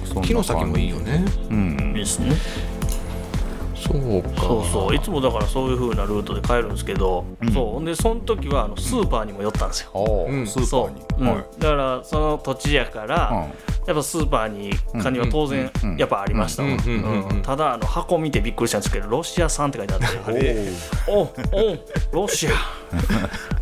Speaker 1: な感じ
Speaker 3: 木の先もいいよね
Speaker 1: うん
Speaker 2: ですね
Speaker 3: そうか
Speaker 2: そうそういつもだからそういう風なルートで帰るんですけど、そうほんでその時はあのスーパーにも寄ったんですよ、
Speaker 1: ああ、
Speaker 3: うん
Speaker 1: スーパ
Speaker 2: そ
Speaker 1: ーに
Speaker 2: う、うん
Speaker 1: はい
Speaker 2: だからその土地やから、
Speaker 1: うん
Speaker 2: やっぱスーパーにカニは当然
Speaker 1: うんうん
Speaker 2: やっぱありましたわ
Speaker 3: うんうんうんうん
Speaker 2: うんただあの箱見てびっくりしたんですけどロシア産って書いてあって
Speaker 1: おー
Speaker 2: おおロシア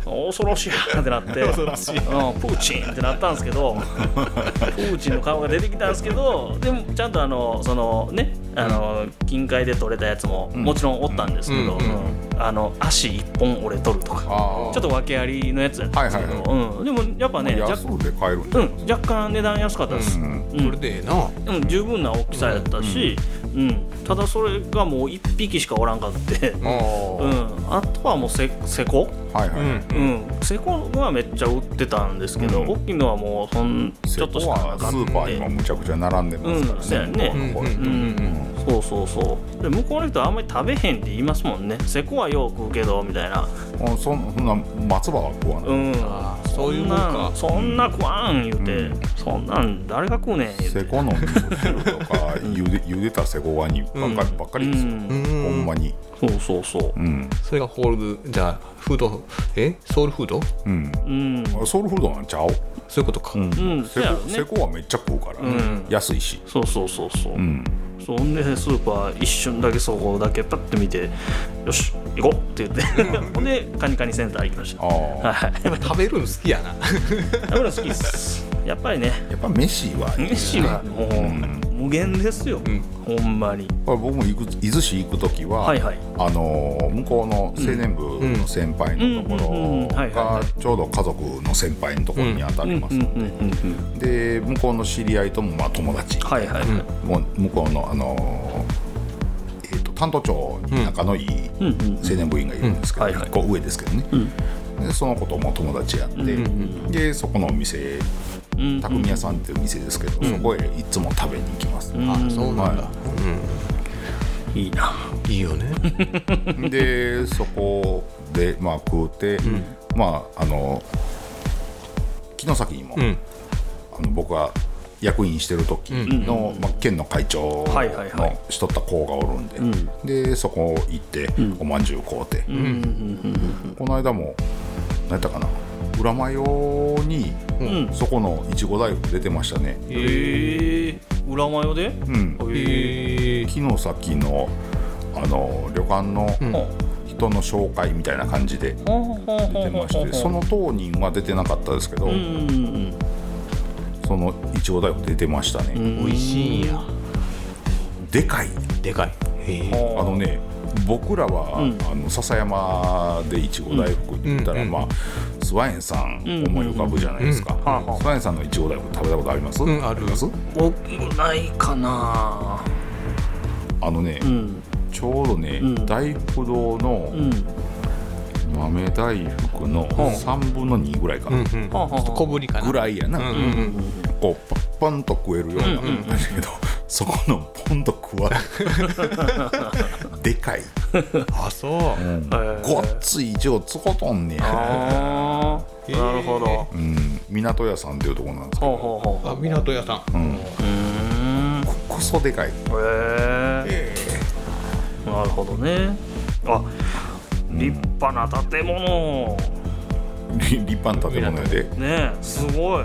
Speaker 2: 恐ろしいやってなってうんプーチンってなったんですけどプーチンの顔が出てきたんですけどでもちゃんとあのそのねあの近海で取れたやつももちろんおったんですけど、
Speaker 3: うんうん
Speaker 2: うんあの足一本折れとるとか
Speaker 1: ああ
Speaker 2: ちょっと訳ありのやつやったんですけど、
Speaker 1: はい
Speaker 2: うん、でもやっぱね若
Speaker 1: 安くで買えるんだ、
Speaker 2: うん、若干値段安かったです、
Speaker 1: う
Speaker 2: うん
Speaker 1: ん
Speaker 2: う
Speaker 3: そ
Speaker 2: ん
Speaker 3: れでええな
Speaker 2: 十分な大きさやったし、うんただそれがもう1匹しかおらんかって、うん
Speaker 1: ああ、
Speaker 2: あとはもうせせこ、
Speaker 1: はいはい、
Speaker 2: うん、せこはめっちゃ売ってたんですけど、
Speaker 1: うん
Speaker 2: 大きいのはもうそん
Speaker 1: セ
Speaker 2: ちょっとし
Speaker 1: コ
Speaker 2: かな
Speaker 1: はス
Speaker 2: かっ
Speaker 1: ーパーにも
Speaker 2: た
Speaker 1: むちゃくちゃ並んでますからね、
Speaker 2: うんそ
Speaker 1: 向こう
Speaker 2: うやね
Speaker 1: の方
Speaker 2: うん、そうそうそうで向こうの人はあんまり食べへんって言いますもんねせこはよう食うけどみたいな
Speaker 1: うんそんそんな松葉は食わない、
Speaker 2: うん
Speaker 3: あーそういうもんか
Speaker 2: そんなそんな食わん言うて、
Speaker 1: うん
Speaker 2: そんなん誰が食うねん言うて
Speaker 1: セコの味噌汁とかゆでゆでたセコワニばっかり,、ばっかりですよ、
Speaker 2: うん
Speaker 3: うん
Speaker 1: ほんまに
Speaker 2: そうそうそう
Speaker 1: うん、
Speaker 3: それがホールじゃあフードえソウルフード
Speaker 1: うん、
Speaker 2: うん
Speaker 1: ソウルフードなんちゃう、
Speaker 3: そういうことか
Speaker 1: うん
Speaker 2: うん
Speaker 1: セ
Speaker 2: そうや
Speaker 1: コ
Speaker 2: ろね
Speaker 1: セコはめっちゃ食うから、
Speaker 2: ん
Speaker 1: 安いし、
Speaker 2: そうそうそうそう、
Speaker 1: うん、
Speaker 2: そうほんでスーパー一瞬だけそこだけパッて見てよし行こうって言って *laughs* ほんでカニカニセンター行きました
Speaker 1: ああ、
Speaker 2: はい
Speaker 3: 食べるの好きやな
Speaker 2: 食べるの好きですやっぱりね
Speaker 1: やっぱ飯はいい
Speaker 2: 飯はもう無限ですよ、
Speaker 3: ん
Speaker 2: ほんまに
Speaker 1: これ僕も行く伊豆市行く時は、
Speaker 2: はいはい
Speaker 1: あのー向こうの青年部の先輩のとこ
Speaker 2: うんうんうん
Speaker 1: ろ
Speaker 2: はいはいは
Speaker 1: が
Speaker 2: い
Speaker 1: ちょうど家族の先輩のところに当たります、
Speaker 2: うんうんうんうん
Speaker 1: で向こうの知り合いともまあ友達、
Speaker 2: はいはいはい、
Speaker 1: もう向こうの、あのーえーと担当長に仲のいい
Speaker 2: うんう
Speaker 1: 青
Speaker 2: ん
Speaker 1: 年部員がいるんですけど、
Speaker 2: うんはいはい
Speaker 1: 一個上ですけどね、でその子とも友達やって、でそこのお店
Speaker 2: うん
Speaker 1: 匠屋さんっていう店ですけど、そこへいつも食べに行きます、
Speaker 3: あそうなんだ
Speaker 1: は
Speaker 2: いいない
Speaker 3: いよね
Speaker 2: *laughs*
Speaker 1: でそこでまあ食うて、まああの城崎にも、
Speaker 3: うん
Speaker 1: あの僕が役員してる時の、まあ、県の会長
Speaker 2: はいはいはい
Speaker 1: のしとった子がおるんで、でそこ行っておまんじゅう買うて、この間も何やったかな裏マヨに
Speaker 3: う
Speaker 2: うんん
Speaker 1: そこのいちご大福出てましたね
Speaker 2: へえ裏マヨで
Speaker 1: うん
Speaker 2: へえ
Speaker 1: 木の先のあの旅館の
Speaker 3: うん
Speaker 1: 人の紹介みたいな感じで出てましてその当人は出てなかったですけど、
Speaker 2: うん
Speaker 1: そのいちご大福出てましたね、
Speaker 2: 美
Speaker 3: 美味しいんや
Speaker 1: でかい
Speaker 3: でかいへえ
Speaker 1: あのね僕らは、
Speaker 2: うん
Speaker 1: あの笹山でいちご大福って言ったら、
Speaker 3: うん
Speaker 1: まあスワエンさん
Speaker 2: うん
Speaker 1: 思い浮かぶじゃないですか、
Speaker 3: うん
Speaker 2: はあはあ
Speaker 1: スワエンさんのいちご大福食べたことあります、
Speaker 3: うんある
Speaker 1: ります
Speaker 2: 僕ないかな
Speaker 1: あのね、
Speaker 2: うん
Speaker 1: ちょうどね、
Speaker 2: うん
Speaker 1: 大福堂の
Speaker 2: うん
Speaker 1: 豆大福の
Speaker 2: うん
Speaker 1: 3分の2ぐらいか
Speaker 3: うん
Speaker 1: な、
Speaker 3: うんちょっと小ぶりかな
Speaker 1: ぐらいやな、
Speaker 3: うんうんうん
Speaker 1: こうパッパンと食えるような
Speaker 2: うんうんうん
Speaker 1: だけど、そこのポンと食わない
Speaker 2: *laughs*
Speaker 1: でかい、、
Speaker 3: あそううん
Speaker 2: へえ
Speaker 1: ごっつい一応つことんねや、
Speaker 2: ああ
Speaker 3: へえ
Speaker 2: なるほどほ
Speaker 1: うん、港屋さんっていうところなんですけ
Speaker 2: う
Speaker 1: ど、
Speaker 2: ほうほう
Speaker 3: あ港屋さん
Speaker 1: うん、
Speaker 2: うん
Speaker 1: ここそでかい
Speaker 2: へえなるほどねあ立派な建物
Speaker 1: 立派な建物やで
Speaker 2: ねえすごい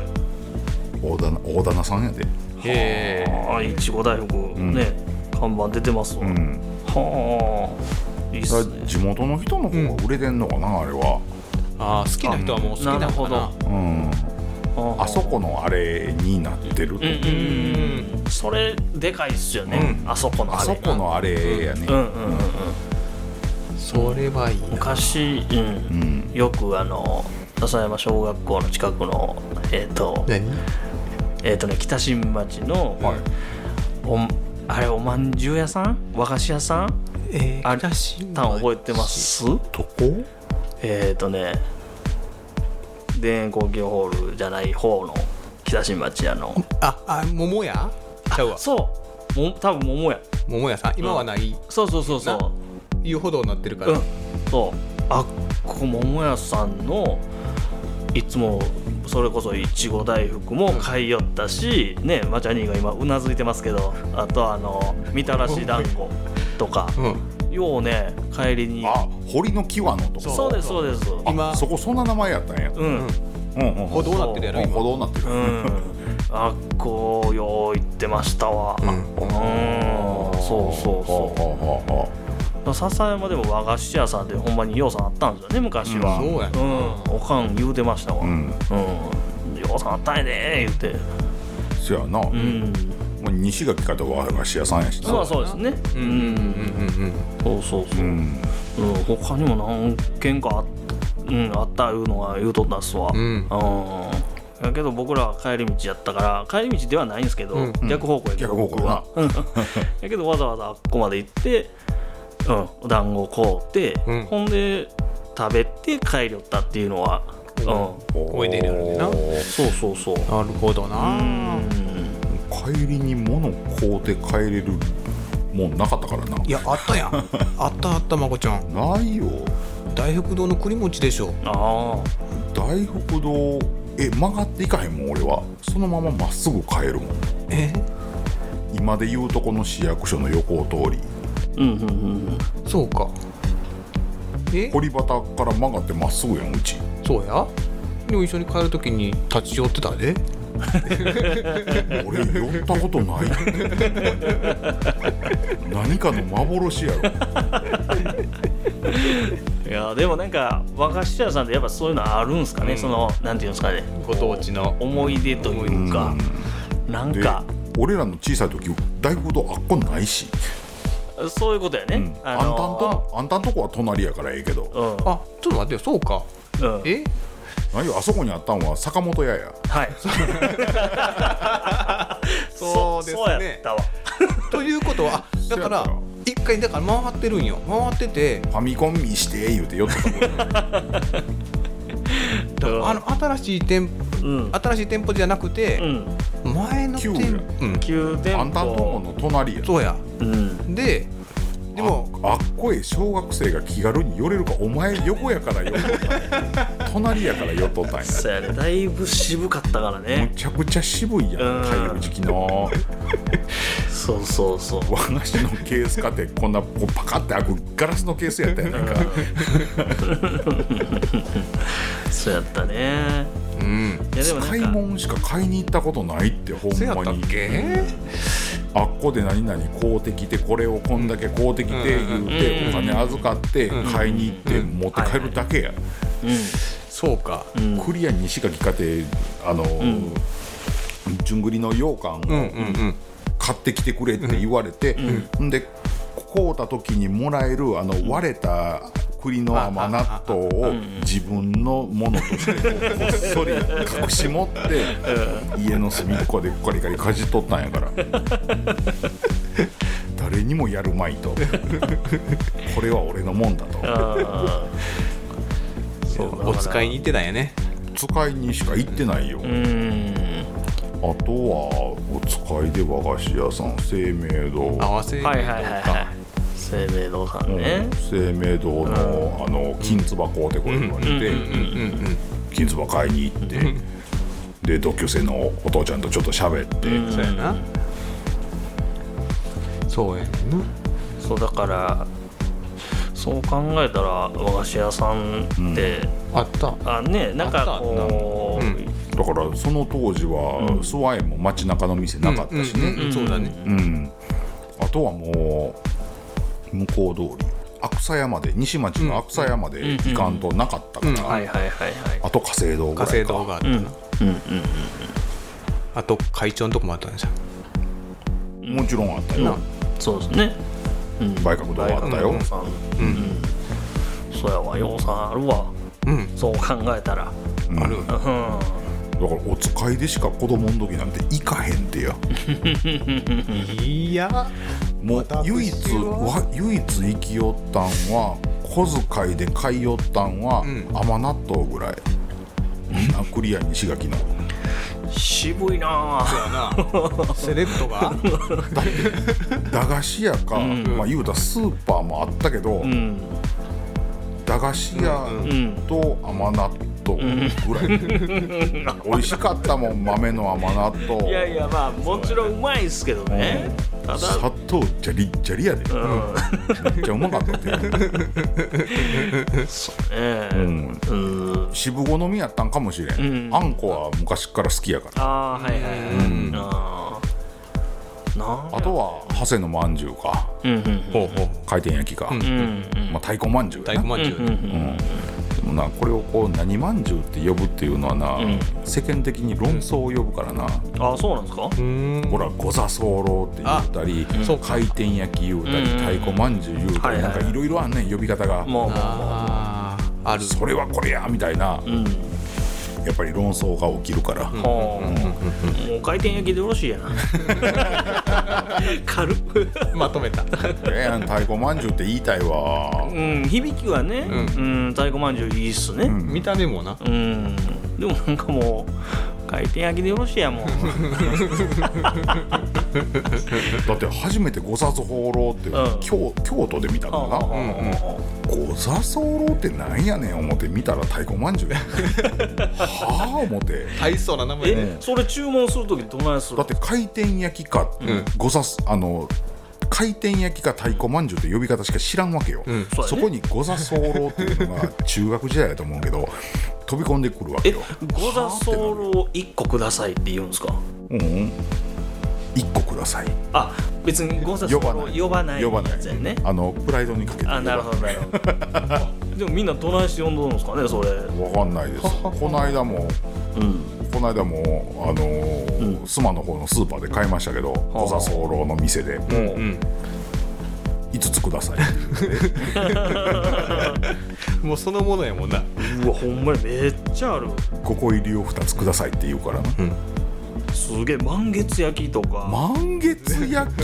Speaker 1: 大棚大棚さんやで
Speaker 3: へえ
Speaker 2: ああいちご大福
Speaker 1: ん
Speaker 2: ね、看板出てますわ、
Speaker 1: うん
Speaker 2: はあいいっ
Speaker 1: だ
Speaker 2: す
Speaker 1: か
Speaker 2: ね
Speaker 1: ら地元の人の方が売れてんのかな、あれは、
Speaker 3: あー好きな人はもう好きなのか
Speaker 2: なる
Speaker 3: な
Speaker 2: ほ
Speaker 1: うん、
Speaker 2: は
Speaker 1: あそこのあれになってると、
Speaker 2: うんうんうんそれでかいっすよね、
Speaker 3: う
Speaker 2: あそこの
Speaker 1: あ
Speaker 2: あ
Speaker 1: そ
Speaker 2: れ
Speaker 1: このあれやね、
Speaker 2: うんうんうんうん
Speaker 3: それはいいな
Speaker 2: 昔、うん
Speaker 1: うん
Speaker 2: よくあの笹山小学校の近くのえっ、と
Speaker 3: 何
Speaker 2: えっ、とね北新町の、
Speaker 1: はい
Speaker 2: おあれおまんじゅう屋さん和菓子屋さん
Speaker 3: え
Speaker 2: あ
Speaker 3: ー、北新
Speaker 2: たん覚えてます
Speaker 1: どこ
Speaker 2: えっ、ー、とね田園工業ホールじゃない方の北新町屋の
Speaker 3: ああ桃屋ちゃうわ
Speaker 2: そうも多分桃や
Speaker 3: 桃屋さん今はない、
Speaker 2: そうそうそうそ
Speaker 3: 遊歩道になってるか
Speaker 2: うう
Speaker 3: ら、
Speaker 2: んそうあっこ桃屋さんのいつもそれこそいちご大福も買い寄ったし、ねマチャニーが今うなずいてますけどあとあのみたらし団子とか
Speaker 3: うん
Speaker 2: ようね帰りに
Speaker 1: あ堀の際のとこ
Speaker 2: そうですそうです
Speaker 1: あ
Speaker 3: 今
Speaker 1: そこそんな名前やったんや
Speaker 2: うん、うん
Speaker 1: うんうんうん
Speaker 3: 歩道になってるやろ
Speaker 1: 歩
Speaker 3: 今
Speaker 1: 道になってる、
Speaker 2: あっこよう行ってましたわ
Speaker 3: う
Speaker 2: うんんそうそうそう
Speaker 1: はあはあは
Speaker 2: 笹山でも和菓子屋さんでほんまにようさんあったんですよね昔は、
Speaker 3: そうや
Speaker 2: う
Speaker 3: な、
Speaker 2: んおかん言うてましたわ
Speaker 1: あう
Speaker 2: うん、
Speaker 1: ん
Speaker 2: ようさんあったんやで言うて
Speaker 1: そやな、
Speaker 2: うん
Speaker 1: もう西垣かと和菓子屋さんやしな
Speaker 2: そうそうですねう、
Speaker 3: うんんうんうんうん
Speaker 2: そうそうそうう、うん
Speaker 1: ん
Speaker 2: 他にも何軒かあ,、うん、あったいうのは言うとったっすわ
Speaker 3: う
Speaker 2: うん
Speaker 3: ん
Speaker 2: だけど僕らは帰り道やったから帰り道ではないんですけど、
Speaker 3: うん
Speaker 2: 逆方向やけど
Speaker 1: 逆方向
Speaker 2: 僕は
Speaker 1: な
Speaker 2: やけどわざわざあっこまで行って、うん、お団子を買うて、
Speaker 3: うん
Speaker 2: ほんで食べて帰りよったっていうのは、うん、
Speaker 1: お
Speaker 3: おいでるのにな
Speaker 2: そうそうそう
Speaker 3: なるほどな
Speaker 2: う
Speaker 1: 帰りに物買うて帰れるもんなかったからない
Speaker 3: やあったやんあったあったまこちゃん
Speaker 1: ないよ
Speaker 3: 大福堂の栗餅でしょ
Speaker 2: んあ
Speaker 1: 大福堂え曲がっていかへんもん俺はそのまままっすぐ帰るもん
Speaker 3: え
Speaker 1: 今で言うとこの市役所の横を通り
Speaker 2: あうんうんうん
Speaker 3: そうかえ
Speaker 1: 堀端から曲がってまっすぐやんうち
Speaker 3: そうやでも一緒に帰るときに立ち寄ってたで
Speaker 1: 俺寄ったことない
Speaker 2: *laughs*
Speaker 1: 何かの幻やろ
Speaker 2: うんいやでもなんか和菓子屋さんってやっぱそういうのあるんすかね、
Speaker 3: うん
Speaker 2: そのなんていうんですかね
Speaker 3: ご当地の
Speaker 2: 思い出というか、なん
Speaker 1: で
Speaker 2: か
Speaker 1: 俺らの小さい時大福堂あっこないし、
Speaker 2: そういうことやね、
Speaker 1: うんあんたんとあんたんとこは隣やからええけど
Speaker 2: うん
Speaker 3: あちょっと待ってよそうか
Speaker 2: うん
Speaker 3: え
Speaker 1: 何よあそこにあったんは坂本屋や
Speaker 2: はい
Speaker 3: *laughs* そうです
Speaker 2: そ
Speaker 3: ね
Speaker 2: うやったわ
Speaker 3: ということはあだか
Speaker 1: そうやっ
Speaker 3: ら
Speaker 1: たら
Speaker 3: 一回だから回ってるんよ回ってて
Speaker 1: ファミコン見して言うて寄ってたもん
Speaker 3: だからあの新しい店
Speaker 2: うん
Speaker 3: 新しい店舗じゃなく
Speaker 2: う
Speaker 3: て、
Speaker 2: ん
Speaker 3: 前の店
Speaker 1: 旧や
Speaker 3: 舗、うん、
Speaker 2: 旧店舗
Speaker 1: あんたんとこの隣や
Speaker 3: そうや
Speaker 2: うん
Speaker 3: ででも
Speaker 1: あっこへ小学生が気軽に寄れるかお前横やからよ隣やから寄っとったんや
Speaker 2: そうやねだいぶ渋かったからね
Speaker 1: むちゃくちゃ渋いや
Speaker 2: うん
Speaker 1: ん太陽時期の
Speaker 2: そうそうそう
Speaker 1: 和菓子のケースかてこんなこうパカって開くガラスのケースやったやないか
Speaker 2: そうやったね
Speaker 3: うん
Speaker 2: いやでもな
Speaker 1: 買い
Speaker 2: んか
Speaker 1: 物しか買いに行ったことないってほ
Speaker 3: せや
Speaker 1: ん
Speaker 3: っ
Speaker 1: ま
Speaker 3: たっ
Speaker 1: に
Speaker 3: け
Speaker 1: あっこで何々買うてきてこれをこんだけ買うてきて言
Speaker 3: う
Speaker 1: うんてお金預かって買いに行って持って帰るだけや
Speaker 2: う
Speaker 3: そうか
Speaker 2: んうん
Speaker 1: クリアに西垣かてあの
Speaker 2: ん
Speaker 1: 順繰りの羊羹
Speaker 3: うんう
Speaker 1: を
Speaker 3: ん
Speaker 1: 買ってきてくれって言われてんで買うた時にもらえるあの割れた栗の甘納豆を自分のものとしてこうこっそり隠し持って家の隅っこでガリガリかじっとったんやから *laughs* 誰にもやるまいとこれは俺のもんだと
Speaker 2: あ
Speaker 3: *laughs*
Speaker 2: ー
Speaker 3: う
Speaker 2: そ
Speaker 3: んお使いに行ってたんやね
Speaker 1: 使いにしか行ってないよ、
Speaker 2: うん
Speaker 1: あとはお使いで和菓子屋さん生命堂
Speaker 3: 合わせ
Speaker 2: はいはいはいはい生命堂さんね
Speaker 1: 生命堂の,、あの金つば買うてこい言われて、
Speaker 3: うんうん
Speaker 1: 金つば買いに行って、で同級生のお父ちゃんとちょっと喋って、
Speaker 2: うん
Speaker 3: そうやなそうやねんな
Speaker 2: そうだからそう考えたら和菓子屋さんって、
Speaker 3: あった
Speaker 2: あねなんかこう、
Speaker 3: あったな
Speaker 1: だからその当時は、
Speaker 2: うん
Speaker 1: スワイも街中の店なかったしね、
Speaker 3: うんうんそうだね
Speaker 1: うんあとはもう向こう通り阿久津山で西町の阿久津山で行かんとなかったから、
Speaker 3: うんうん
Speaker 2: はいはいはいはい
Speaker 1: あと火星堂ぐら
Speaker 3: 火
Speaker 1: いか
Speaker 3: 星堂があったな、
Speaker 2: うんうんうん
Speaker 3: あと会長のとこもあったんじゃん
Speaker 1: もちろんあったよ、
Speaker 2: そうですね、うん、
Speaker 1: 売角堂あったよ、
Speaker 2: さんうん、そうやわようさんあるわ
Speaker 3: うん
Speaker 2: そう考えたら
Speaker 1: うん
Speaker 3: あるよな
Speaker 2: うん
Speaker 1: だからお使いでしか子供の時なんて行かへんてや
Speaker 3: いや
Speaker 1: もう
Speaker 3: 私は
Speaker 1: 唯一わ唯一生きよったんは小遣いで買いよったんは、
Speaker 3: ん
Speaker 1: 甘納豆ぐらい、あクリアに石垣の
Speaker 2: 渋いなあ
Speaker 3: なセレクトが
Speaker 1: 駄菓子屋か、
Speaker 2: ん
Speaker 1: まあ、言うたらスーパーもあったけど、
Speaker 2: うん
Speaker 1: 駄菓子
Speaker 2: う
Speaker 1: 屋
Speaker 2: ん
Speaker 1: と甘納豆ぐらい、 *laughs* 美味しかったもん豆の甘納豆
Speaker 2: いやいやまあもちろんうまいっすけどねただ
Speaker 1: 砂糖ジャリッジャリやで、
Speaker 2: う
Speaker 1: め
Speaker 2: ん
Speaker 1: っちゃうまかったって
Speaker 2: そうね
Speaker 1: うん
Speaker 2: うん
Speaker 1: 渋好みやったんかもしれん、
Speaker 2: うん
Speaker 1: あんこは昔から好きやから
Speaker 2: ああーはいはいはい、うん、あーなん
Speaker 1: あとは長谷のまんじゅうか
Speaker 2: うんうん
Speaker 3: ほうほう
Speaker 1: 回転焼きか、
Speaker 3: ん
Speaker 2: うんうん
Speaker 1: まあ、太鼓まんじゅうや
Speaker 3: 大
Speaker 1: な
Speaker 3: 工まんじゅう、
Speaker 2: うんうん
Speaker 1: でもなこれをこう何まんじゅうって呼ぶっていうのはな、
Speaker 2: ん
Speaker 1: 世間的に論争を呼ぶからな、
Speaker 2: あそうなんですか
Speaker 3: うん
Speaker 1: ほらご座候って言ったり、
Speaker 3: そうか
Speaker 1: 回転焼き言うたり、
Speaker 2: うん
Speaker 1: 太鼓まんじゅう言うたり、
Speaker 2: はいはい
Speaker 1: なんかいろいろあんねん呼び方が、
Speaker 2: もう
Speaker 3: あーある
Speaker 1: それはこれやみたいな、
Speaker 2: うん
Speaker 1: やっぱり論争が起きるから、
Speaker 2: はあもう回転焼きでよろしいやな軽く
Speaker 3: まとめた
Speaker 1: ええやん太鼓まんじゅうって言いたいわ
Speaker 2: うん響きはねう
Speaker 3: うん
Speaker 2: 太鼓まんじゅういいっすね
Speaker 3: 見た目もな
Speaker 2: うんでもなんかもう回転焼きでよろしいやもう
Speaker 1: だって初めて五座候って、
Speaker 2: ん
Speaker 1: 京京都で見た
Speaker 2: あ
Speaker 1: からな、
Speaker 2: ー
Speaker 3: んうん
Speaker 1: ご座候ってなんやねん思って見たら太鼓まんじゅうやはあ思って
Speaker 3: 大層な名前ね
Speaker 2: *laughs* えそれ注文するときどないする
Speaker 1: だって回転焼きか、
Speaker 3: ん
Speaker 1: ござあの回転焼きか太鼓まんじゅうって呼び方しか知らんわけよ、
Speaker 3: ん
Speaker 2: そうやね
Speaker 1: そこにご座候っていうのが中学時代だと思うけど飛び込んでくるわけ
Speaker 2: え
Speaker 1: よ、
Speaker 2: ゴザソールを1個くださいって言うんですか
Speaker 1: うんうん一個ください
Speaker 2: あ別にゴザソールを呼ばない
Speaker 1: 呼ばない
Speaker 2: やつやね
Speaker 1: あのプライドにかけて
Speaker 2: あなるほどなるほどでもみんなどないして呼んどるんですかねそれう
Speaker 1: わかんないですこの間も
Speaker 2: ん
Speaker 1: この間もあのー須磨の方のスーパーで買いましたけど
Speaker 2: あ
Speaker 1: ご座候の店で
Speaker 2: もう
Speaker 3: うん
Speaker 1: 5つください
Speaker 3: もうそのものやもんな
Speaker 2: うわほんまにめっちゃある
Speaker 1: 5個入りを2つくださいって言うからな
Speaker 2: すげえ満月焼きとか
Speaker 1: 満月焼き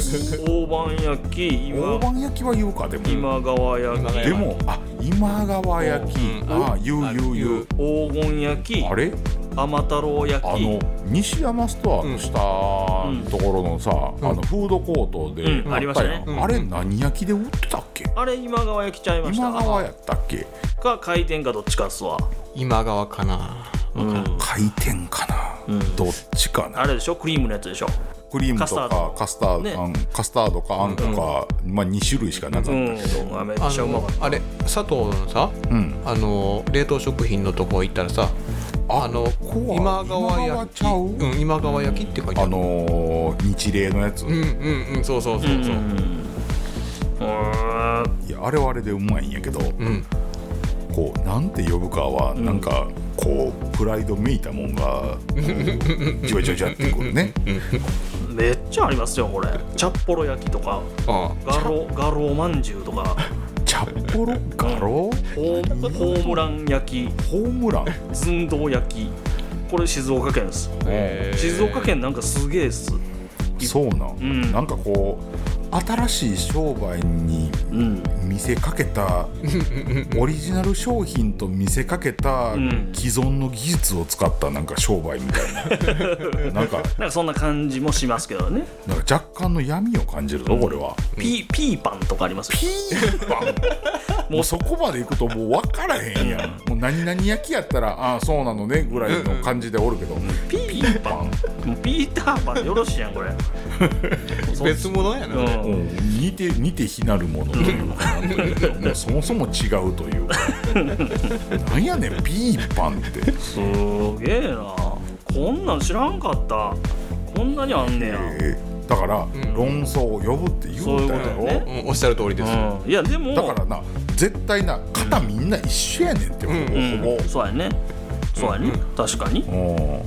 Speaker 2: 大判焼き
Speaker 1: 大
Speaker 2: 今
Speaker 1: 判焼きは言うかでも
Speaker 2: 今川焼
Speaker 3: 今
Speaker 2: き
Speaker 1: でもあ今川焼き
Speaker 3: うん
Speaker 1: ああ言う言う言う
Speaker 2: 黄金焼き
Speaker 1: あれ
Speaker 2: 甘太郎焼き
Speaker 1: あの西山ストアの下のところのさ、あのフードコートで
Speaker 2: うん
Speaker 1: あ
Speaker 2: あり
Speaker 1: っ
Speaker 2: ましたた
Speaker 1: や
Speaker 2: ね
Speaker 1: ん、
Speaker 3: うん
Speaker 1: あれ何焼きで売ってたっけ
Speaker 2: あれ今川焼きちゃいました
Speaker 1: 今川やったっけ
Speaker 2: か回転かどっちかっすわ
Speaker 3: 今川かな
Speaker 2: うん
Speaker 1: 回転かな、
Speaker 2: うん
Speaker 1: どっちかな
Speaker 2: あれでしょクリームのやつでしょ
Speaker 1: クリームとかカスタード
Speaker 2: ね
Speaker 1: あんカスタードかあんとか、まあ、2種類しかなかった
Speaker 2: う
Speaker 1: け
Speaker 2: ん
Speaker 1: ど、
Speaker 2: あめっ
Speaker 3: あ
Speaker 2: ちゃうま
Speaker 3: の
Speaker 2: かった
Speaker 3: あれ佐藤のさ
Speaker 1: うん
Speaker 3: あの冷凍食品のとこ行ったらさあの
Speaker 1: こは
Speaker 3: 今川焼き
Speaker 1: 今川ちゃう
Speaker 3: うん今川焼きって書いてあ
Speaker 1: あ
Speaker 3: る
Speaker 1: のー日例のやつ、
Speaker 3: うんうんうんそうそうそうそう
Speaker 2: うん
Speaker 1: いやあれはあれでうまいんやけど、
Speaker 3: うん
Speaker 1: こうなんて呼ぶかはなんかこうプライドめいたもんがこうじわじわじわってくるね
Speaker 2: めっちゃありますよこれチャッポロ焼きとか
Speaker 3: あ
Speaker 2: ガロガロまんじゅうと *laughs* か
Speaker 1: チャッポロガロ
Speaker 2: ホーホームラン焼き
Speaker 1: ホームラン
Speaker 2: 寸胴焼きこれ静岡県です
Speaker 3: へー
Speaker 2: 静岡県なんかすげえっす
Speaker 1: そうなん、
Speaker 2: ん
Speaker 1: なんかこう新しい商売に
Speaker 2: うん
Speaker 1: 見せかけたオリジナル商品と見せかけた
Speaker 2: うん
Speaker 1: 既存の技術を使ったなんか商売みたいななんか
Speaker 2: なんかそんな感じもしますけどね
Speaker 1: なんか若干の闇を感じるぞこれは。
Speaker 2: ピーピーパンとかありますよ
Speaker 1: ピーパン *laughs* もうそこまで行くともう分からへんやんもう何々焼きやったらああそうなのねぐらいの感じでおるけど、
Speaker 2: ピーパンもうピーターパンでよろしいやんこれ
Speaker 3: 別物や
Speaker 2: う
Speaker 3: な、
Speaker 1: もうん似て似て非なるものというかなんというかもうそもそも違うというかなんやねんピーパンって
Speaker 2: すげえなこんなん知らんかったこんなにあんねや、
Speaker 1: えーだから、
Speaker 3: ん
Speaker 1: 論争を呼ぶって言
Speaker 2: そういうう
Speaker 1: た
Speaker 2: こ
Speaker 1: や
Speaker 2: と
Speaker 1: ろ
Speaker 2: よね
Speaker 3: うん、おっしゃる通りです、
Speaker 2: うん、いやでも
Speaker 1: だからな絶対な肩みんな一緒やねんってほぼ
Speaker 2: うん、
Speaker 1: ほ
Speaker 2: そうやねそうやね、確かに
Speaker 1: ぼ、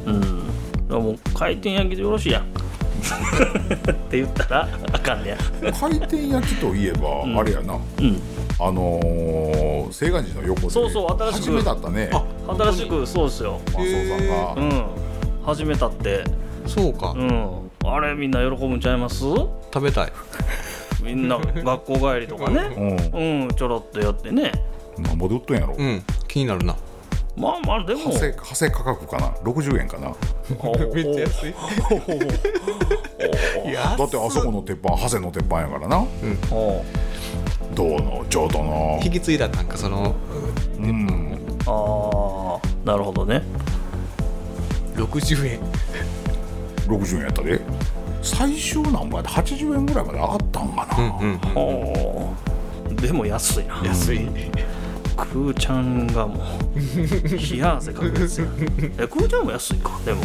Speaker 1: うん
Speaker 2: うんだからもう回転焼きでよろしいやん *laughs* って言ったらあかんねや
Speaker 1: 回転焼きといえば、あれやな
Speaker 2: うん
Speaker 1: あのー、西岸寺の横で
Speaker 2: そうそう新しく
Speaker 1: 初めだったね
Speaker 3: あ
Speaker 2: 新しくそうですよ
Speaker 1: マスオさん
Speaker 2: う
Speaker 1: が
Speaker 2: ん始めたって
Speaker 3: そうか、
Speaker 2: うんあれみんな喜ぶんちゃいます
Speaker 3: 食べたい
Speaker 2: みん
Speaker 3: *laughs*
Speaker 2: な学校帰りとかね
Speaker 1: う
Speaker 2: うんちょろっとやってね
Speaker 1: んなんぼで売っとんやろ
Speaker 3: うん気になるな
Speaker 2: まあまあでも *laughs*
Speaker 1: 派生派生価格かな60円かな
Speaker 2: おお
Speaker 3: *laughs* い安っ
Speaker 1: だってあそこの鉄板長谷の鉄板やからな
Speaker 2: お
Speaker 1: どうの上等の
Speaker 3: 引き継いだったんかその
Speaker 1: うん
Speaker 2: おあーなるほどね
Speaker 3: 60円
Speaker 1: 60円やったで最終何倍で80円ぐらいまで上がったんかな、
Speaker 3: うん
Speaker 2: おおでも安いな
Speaker 3: 安い
Speaker 2: クーちゃんがもう
Speaker 3: *laughs*
Speaker 2: 冷や汗かくですよえクーちゃんも安いかでも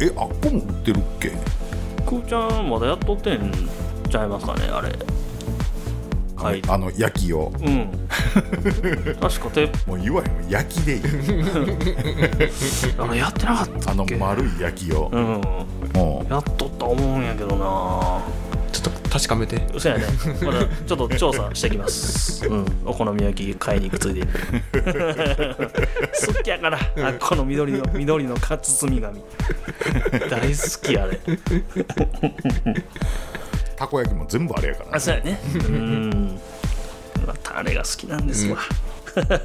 Speaker 1: えあっこも売ってるっけ
Speaker 2: クーちゃんまだやっとってんちゃいますかねあれはい
Speaker 1: あの焼きを
Speaker 2: うん確かて
Speaker 1: もう言わへんわ焼き
Speaker 2: *laughs*
Speaker 1: でいい
Speaker 2: あのやってなかったっけ
Speaker 1: あの丸い焼きを、
Speaker 2: うん
Speaker 1: も
Speaker 2: やっとった思うんやけどな
Speaker 3: ちょっと確かめて
Speaker 2: そうやねまだちょっと調査してきます、うん、お好み焼き買いに行くついでに好きやからあこの緑の緑のか包み紙大好きあれ
Speaker 1: うたこ焼きも全部あれやから
Speaker 2: あそうやねうんまあタレが好きなんですわ、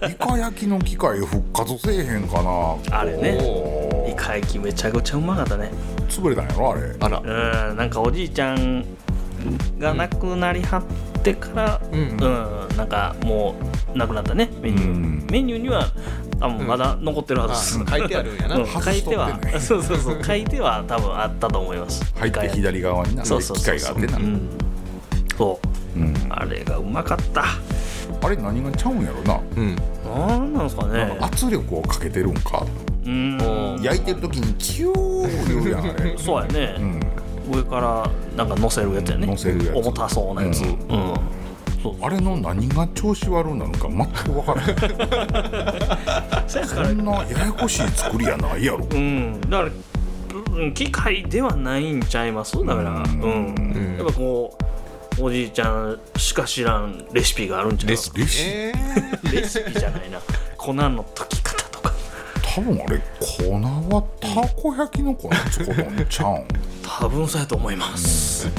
Speaker 1: イカ焼きの機械復活せえへんかな
Speaker 2: あれね
Speaker 1: お
Speaker 2: イカ焼きめちゃくちゃうまかったね
Speaker 1: 潰れたんやろあれ
Speaker 3: あら
Speaker 2: うんなんかおじいちゃんが亡くなりはってからうんん、なんかもうなくなったねメニュー、
Speaker 1: うん
Speaker 2: メニューにはあもうまだ残ってるはずです、
Speaker 3: あ書いてあるんやな
Speaker 2: うん書
Speaker 1: 外
Speaker 2: い
Speaker 1: しとってて
Speaker 2: は
Speaker 1: ね
Speaker 2: そうそうそう書いては多分あったと思います
Speaker 1: 入って
Speaker 2: 一回
Speaker 1: 左側にな
Speaker 2: そうそう
Speaker 1: 機
Speaker 2: そう
Speaker 1: 械があってな、
Speaker 2: うんそう
Speaker 1: うん
Speaker 2: あれがうまかった
Speaker 1: あれ何がちゃうんやろな
Speaker 3: うん
Speaker 2: なんなんですかね
Speaker 1: 圧力をかけてるんか
Speaker 2: うん
Speaker 1: 焼いてる時にキュー言うやんあれ
Speaker 2: そうやね、
Speaker 1: うん
Speaker 2: 上からなんか乗せるやつやね
Speaker 1: 乗せるやつ
Speaker 2: 重たそうなやつ、
Speaker 1: う
Speaker 2: うんんそう
Speaker 1: あれの何が調子悪いなのか全く分からへん
Speaker 2: せやか
Speaker 1: こ
Speaker 2: ら
Speaker 1: んなややこしい作りやないやろ
Speaker 2: うんだからうん機械ではないんちゃいますだから
Speaker 1: う
Speaker 2: うんん、
Speaker 3: うん
Speaker 2: やっぱこうおじいちゃんしか知らんレシピがあるんちゃう
Speaker 3: レシ
Speaker 1: レシ
Speaker 3: え *laughs* ー
Speaker 2: レシピじゃないな *laughs* 粉の溶き方とか
Speaker 1: 多分あれ粉はたこ焼きの粉作るんちゃうん
Speaker 2: 多分そうやと思います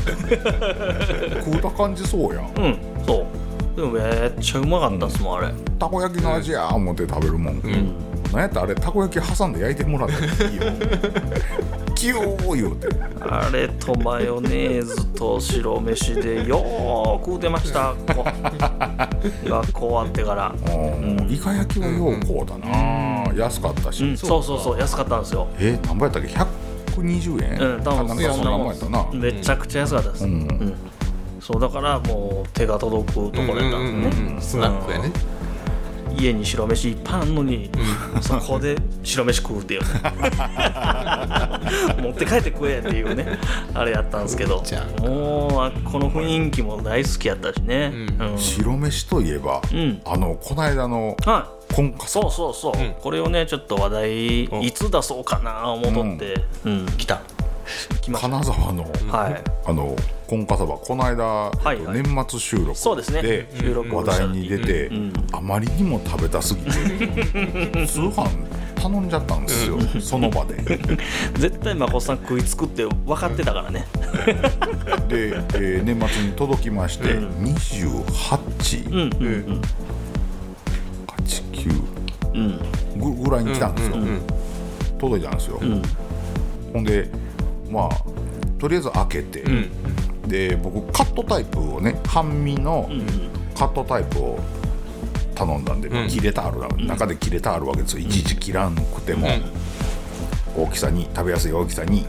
Speaker 1: 食うた感じそうやん
Speaker 2: うんそうでもめっちゃうまかったっすもんあれ
Speaker 1: たこ焼きの味や思って食べるもん、なんやったらあれたこ焼き挟んで焼いてもらっていいよキュー言うて
Speaker 2: あれとマヨネーズと白飯でよーく食うてましたこ学校終わってから
Speaker 1: うんイカ焼きはようこうだな、ん安かったし、
Speaker 2: うん、そうそうそう安かったんですよ、
Speaker 1: えー、何倍やったっけ120円、
Speaker 2: うん、多
Speaker 1: 多
Speaker 2: 分
Speaker 1: 分
Speaker 2: そ
Speaker 1: そ
Speaker 2: ん
Speaker 1: んな
Speaker 2: なもん
Speaker 1: もんやったな、
Speaker 2: めちゃくちゃ安かったです、
Speaker 1: う
Speaker 2: うんんそうだからもう手が届くところやったんですね、
Speaker 3: うんうんスナックやね
Speaker 2: 家に白飯いっぱいあんのに、そこで白飯食うっていうね持って帰って食えっていうねあれやったんですけど
Speaker 3: ちゃん
Speaker 2: もうあこの雰囲気も大好きやったしね
Speaker 3: う
Speaker 2: うん
Speaker 1: 白飯といえば、
Speaker 2: ん
Speaker 1: あのこの間の
Speaker 2: はい
Speaker 1: 婚活
Speaker 2: そうそうそう、
Speaker 3: ん
Speaker 2: これをねちょっと話題
Speaker 3: お
Speaker 2: いつ出そうかな思うとって、うん
Speaker 3: 来た
Speaker 2: 来ました
Speaker 1: 金沢の、
Speaker 2: はい
Speaker 1: あの婚活はこの間、
Speaker 2: はい
Speaker 1: えっと
Speaker 2: はい
Speaker 1: 年末収録
Speaker 2: そうですね
Speaker 1: で
Speaker 2: 収録を
Speaker 1: 話
Speaker 2: した時
Speaker 1: 題に出て、あまりにも食べたすぎて通販頼んじゃったんですよ、その場で
Speaker 2: 絶対まこさん食いつくって分かってたからね、
Speaker 1: で、えー年末に届きまして、28、
Speaker 2: うんうん
Speaker 1: 89
Speaker 2: うん
Speaker 1: ぐぐらいに来たんですよ、届いたんですよ、ほんでまあとりあえず開けて、で僕カットタイプをね半身のカットタイプを頼んだんで、まあ
Speaker 3: うん
Speaker 1: 切れたあるわ中で切れたあるわけですよいちいち切らんくても、大きさに食べやすい大きさに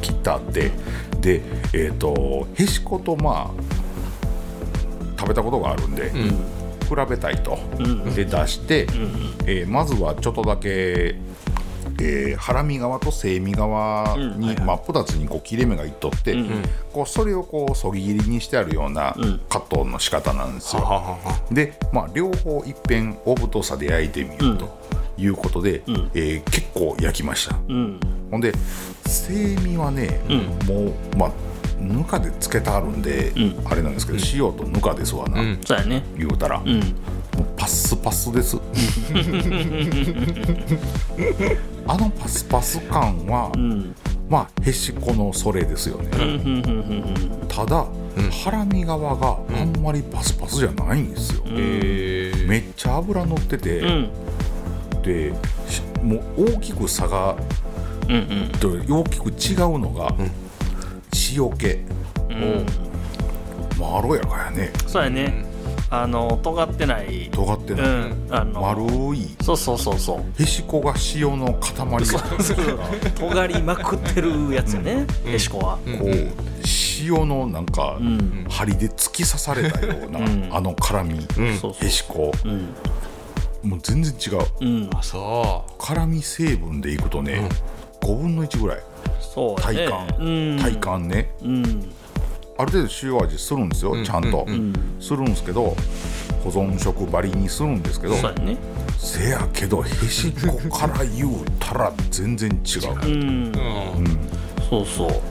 Speaker 1: 切ってあってでえっ、とへしことまあ食べたことがあるんで、比べたいと、で出して、えーまずはちょっとだけえーハラミ側とセミ側に真っ二つにこう切れ目がいっとって、こうそれをこうそぎ切りにしてあるようなカットの仕方なんですよ。
Speaker 3: ははは
Speaker 1: で、まあ、両方いっぺんオーブトースターで焼いてみるということで、えー結構焼きました。
Speaker 2: うん
Speaker 1: ほんで精味はね、もうまあぬかでつけてあるんで、あれなんですけど、塩とぬかですわな、
Speaker 3: ん
Speaker 2: そうやね
Speaker 1: 言うたら、
Speaker 2: うん
Speaker 1: もうパッスパスですあのパスパス感は、
Speaker 2: うん
Speaker 1: まあへしこのそれですよね、
Speaker 2: うんうんうん
Speaker 1: ただ、ハラミ側があんまりパスパスじゃないんですよ、
Speaker 3: えー
Speaker 1: めっちゃ脂乗ってて、
Speaker 2: うんうん
Speaker 1: でしもう大きく差が
Speaker 2: うんうん
Speaker 1: と大きく違うのが、塩気
Speaker 2: うん
Speaker 1: まろやかやね
Speaker 2: そうやねあの尖ってない
Speaker 1: 尖って
Speaker 2: う
Speaker 1: ない、
Speaker 2: んあの
Speaker 1: 丸い
Speaker 2: そうそうそうそう
Speaker 1: へしこが塩の塊が
Speaker 2: 尖りまくってるやつよねエシコは
Speaker 1: こう塩のなんか、
Speaker 2: ん
Speaker 1: 針で突き刺されたような、
Speaker 2: ん
Speaker 1: あの辛み、
Speaker 2: そうそ
Speaker 1: へしこ
Speaker 2: ううん
Speaker 1: もう全然違う
Speaker 2: うん
Speaker 3: あそ
Speaker 1: 辛み成分でいくとね、5分の1ぐらい
Speaker 2: そう
Speaker 1: 体
Speaker 2: やね
Speaker 1: 感、
Speaker 2: うん
Speaker 1: 体感ね
Speaker 2: うん
Speaker 1: ある程度塩味するんですよ、
Speaker 3: ん
Speaker 1: ちゃんと、
Speaker 3: うん
Speaker 2: うん
Speaker 1: するんですけど保存食ばりにするんですけど、
Speaker 2: そうやね
Speaker 1: せやけどへしこから言うたら全然違う
Speaker 2: うん
Speaker 3: ううん
Speaker 2: そうそうだか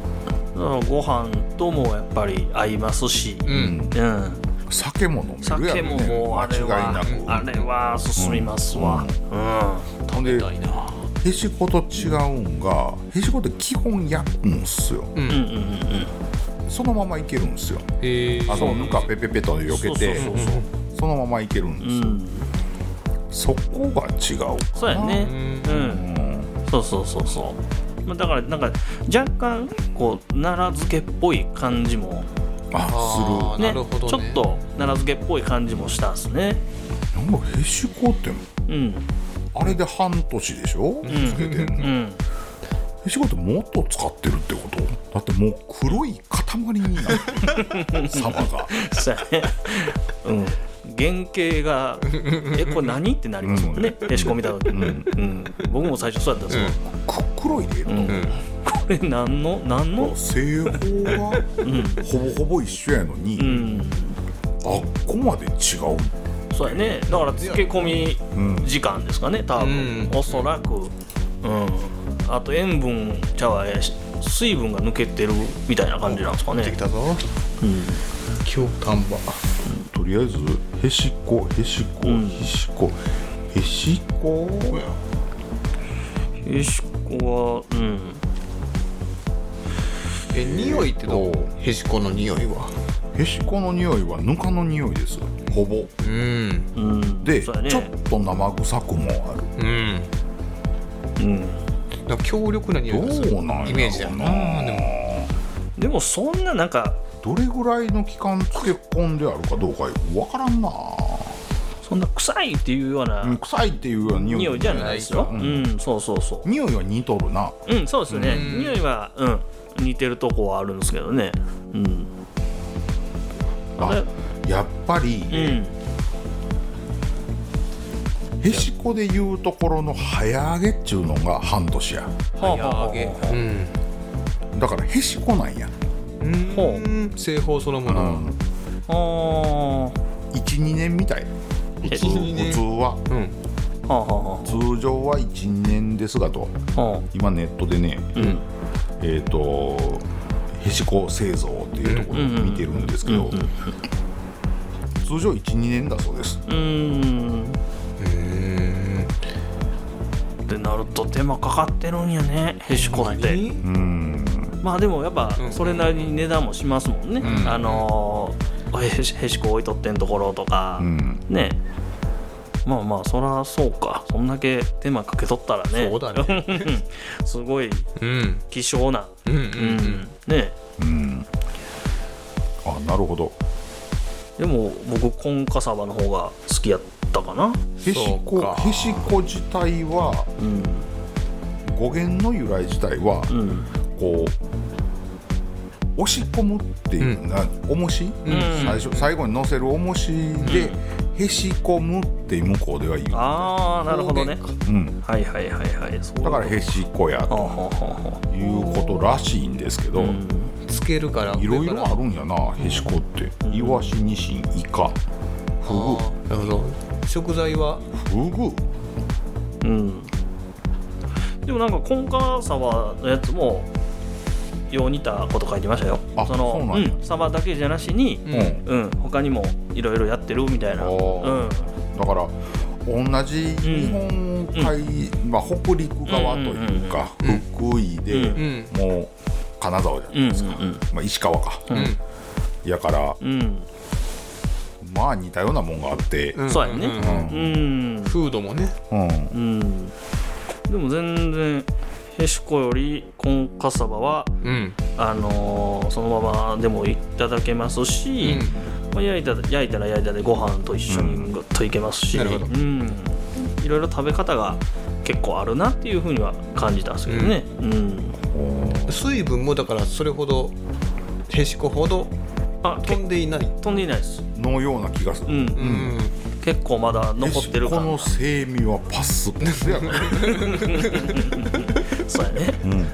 Speaker 2: らご飯ともやっぱり合いますし
Speaker 3: う
Speaker 1: うん
Speaker 3: ん
Speaker 2: うん
Speaker 1: 酒も飲めるや
Speaker 2: 酒
Speaker 1: ろ
Speaker 2: も
Speaker 1: ね
Speaker 2: もうあれ
Speaker 1: 間違い
Speaker 2: は
Speaker 1: なく
Speaker 2: あれは進みますわう
Speaker 1: ほんで
Speaker 3: 痛いな
Speaker 1: へしこと違うんがへしこって基本焼くんすよ
Speaker 3: うん
Speaker 2: んうんうんうん
Speaker 1: そのままいけるんすよ
Speaker 3: えー
Speaker 1: あのぬかペペペと避けて
Speaker 2: そうそうそうそう
Speaker 1: そのままいけるん
Speaker 2: う
Speaker 1: で
Speaker 2: ん
Speaker 1: すよ、そこが違うか
Speaker 2: そうやねう
Speaker 1: うんん
Speaker 2: そうそうそうそうまあだからなんか若干こう奈良漬けっぽい感じも
Speaker 1: あ
Speaker 3: あ
Speaker 2: ね
Speaker 3: なるほどね
Speaker 2: ちょっと奈良漬けっぽい感じもしたんですね
Speaker 1: するなんかへしこって
Speaker 2: うん
Speaker 1: あれで半年でしょ、つけてん
Speaker 2: う
Speaker 1: のへ
Speaker 2: ん
Speaker 1: しこってもっと使ってるってことだってもう黒い塊になって
Speaker 2: *laughs*
Speaker 1: るサバが
Speaker 2: そうやねうん原型が「えこれ何?」ってなりますもんねえしこ見た時うん僕も最初そうやったんですよ
Speaker 1: く黒いでええと、
Speaker 2: うんこれ何の何の
Speaker 1: 製法が
Speaker 2: うん
Speaker 1: ほぼほぼ一緒やのに、
Speaker 2: うん
Speaker 1: あっこまで違う
Speaker 2: そうやねだから漬け込み
Speaker 1: うん
Speaker 2: 時間ですかね多分、
Speaker 3: うん
Speaker 2: おそらく、うん、あと塩分茶はえし水分が抜けてるみたいな感じなんですかね
Speaker 3: できたぞ
Speaker 2: うん
Speaker 3: 京丹波
Speaker 1: とりあえずへしこへしこ
Speaker 2: うん
Speaker 1: へしこへしこ
Speaker 2: へしこはうん
Speaker 3: え匂いってどうへしこの匂いは
Speaker 1: へしこの匂いはぬかの匂いですほぼ
Speaker 3: うん
Speaker 2: うん
Speaker 1: で、
Speaker 2: そうやね
Speaker 1: ちょっと生臭くもある
Speaker 3: うん
Speaker 2: うん、
Speaker 3: なんか強力な匂いがする
Speaker 1: どうなんやろうな
Speaker 3: イメージやなでも
Speaker 2: でもそんななんか
Speaker 1: どれぐらいの期間漬け込んであるかどうか分からんな
Speaker 2: そんな臭いっていうよう
Speaker 1: うん
Speaker 2: な
Speaker 1: 臭いっていうような匂い
Speaker 2: 匂いじゃないですよ、
Speaker 1: う
Speaker 2: うんんそうそうそ
Speaker 1: 匂いは似とるな
Speaker 2: ううんそうですね
Speaker 3: うん
Speaker 2: 匂いは、うん、似てるとこはあるんですけどねうんあ
Speaker 1: あ
Speaker 2: れ
Speaker 1: やっぱり、
Speaker 2: うん
Speaker 1: へしこでいうところの早揚げっちゅうのが半年や
Speaker 2: はあはあはあ
Speaker 3: 揚げうん
Speaker 1: だからへしこなんや
Speaker 3: うん
Speaker 2: ほ
Speaker 3: 製法そのもの
Speaker 2: は
Speaker 1: 12年みたい
Speaker 2: え
Speaker 1: 普通
Speaker 3: 12年
Speaker 1: 普通は
Speaker 3: うん
Speaker 2: あはあは
Speaker 1: 通常は12年ですがと
Speaker 2: あはあ
Speaker 1: 今ネットでね
Speaker 2: うん
Speaker 1: えっ、とへしこ製造っていうところを見てるんですけど、通常12年だそうです
Speaker 2: うん
Speaker 3: へ
Speaker 2: ってなると手間かかってるんやねへしこって
Speaker 3: え
Speaker 1: うん
Speaker 2: まあでもやっぱ
Speaker 3: うん
Speaker 2: それなりに値段もしますもんね、
Speaker 1: うん
Speaker 2: あのーへしへしこ置いとってんところとか、
Speaker 1: うん
Speaker 2: ねまあまあそらそうかそんだけ手間かけとったらね
Speaker 3: そうだね
Speaker 2: *laughs* すごい
Speaker 3: うん
Speaker 2: 希少な、
Speaker 3: うんうん
Speaker 2: うんね
Speaker 1: うんあなるほど
Speaker 2: でも僕コンカサバの方が好きやったかな
Speaker 1: へし
Speaker 3: そう
Speaker 1: こ
Speaker 3: か
Speaker 1: へしこ自体は
Speaker 2: うん
Speaker 1: 語源の由来自体は
Speaker 2: うん
Speaker 1: こう押し込むっていうな、重し、
Speaker 3: ん
Speaker 1: 最初最後に乗せる重しで、へし込むって向こうでは言う、
Speaker 2: ああなるほどね
Speaker 1: うん、
Speaker 2: はいはいはいはいそういう
Speaker 1: だ
Speaker 2: こと
Speaker 1: からへしこや
Speaker 2: はあ
Speaker 1: と
Speaker 2: はあは
Speaker 1: いうことらしいんですけど、
Speaker 2: あうん
Speaker 3: つけるから
Speaker 1: いろい
Speaker 3: 上か
Speaker 1: ろ
Speaker 3: ら
Speaker 1: あるんやなへしこって、イワシニシンイカフグ
Speaker 3: あーなるほど食材は
Speaker 1: フグ
Speaker 2: うん、でもなんかコンカサバのやつもよう似たこと書いてましたよ
Speaker 1: あ
Speaker 2: の
Speaker 1: そうなんや
Speaker 2: んサバだけじゃなしに、
Speaker 1: うん、
Speaker 2: うん、他にもいろいろやってるみたいな、う
Speaker 1: お
Speaker 2: ん
Speaker 1: ー、だから同じ日本海、まあ、北陸側というか、
Speaker 3: うんうんうん
Speaker 1: 福井で、
Speaker 2: うん
Speaker 1: もう金沢じゃないですか、
Speaker 2: うんうんうん
Speaker 1: まあ、石川か、
Speaker 3: うん
Speaker 1: やから
Speaker 2: うん
Speaker 1: まあ似たようなもんがあって、
Speaker 3: うん
Speaker 2: そうやね
Speaker 1: うん
Speaker 3: ん
Speaker 2: うん
Speaker 3: フードもね
Speaker 1: うん
Speaker 2: うんでも全然へしこよりコンカサバは
Speaker 3: うん
Speaker 2: あのーそのままでもいただけますし、まあ、焼いた焼いたら焼いたでご飯と一緒にぐっといけますし、う
Speaker 3: なるほど
Speaker 2: ん、いろいろ食べ方が結構あるなっていうふうには感じたんですけどね、うん
Speaker 3: 水分もだからそれほどへしこほど
Speaker 2: あ
Speaker 3: 飛
Speaker 2: 結
Speaker 3: んでいない
Speaker 2: 飛んでいないです、
Speaker 1: のような気がする、
Speaker 2: うん
Speaker 3: うん
Speaker 2: 結構まだ残ってる
Speaker 1: こ
Speaker 2: 感
Speaker 1: の精味はパスパスやから、
Speaker 2: そうやね、
Speaker 1: うん、
Speaker 2: うん、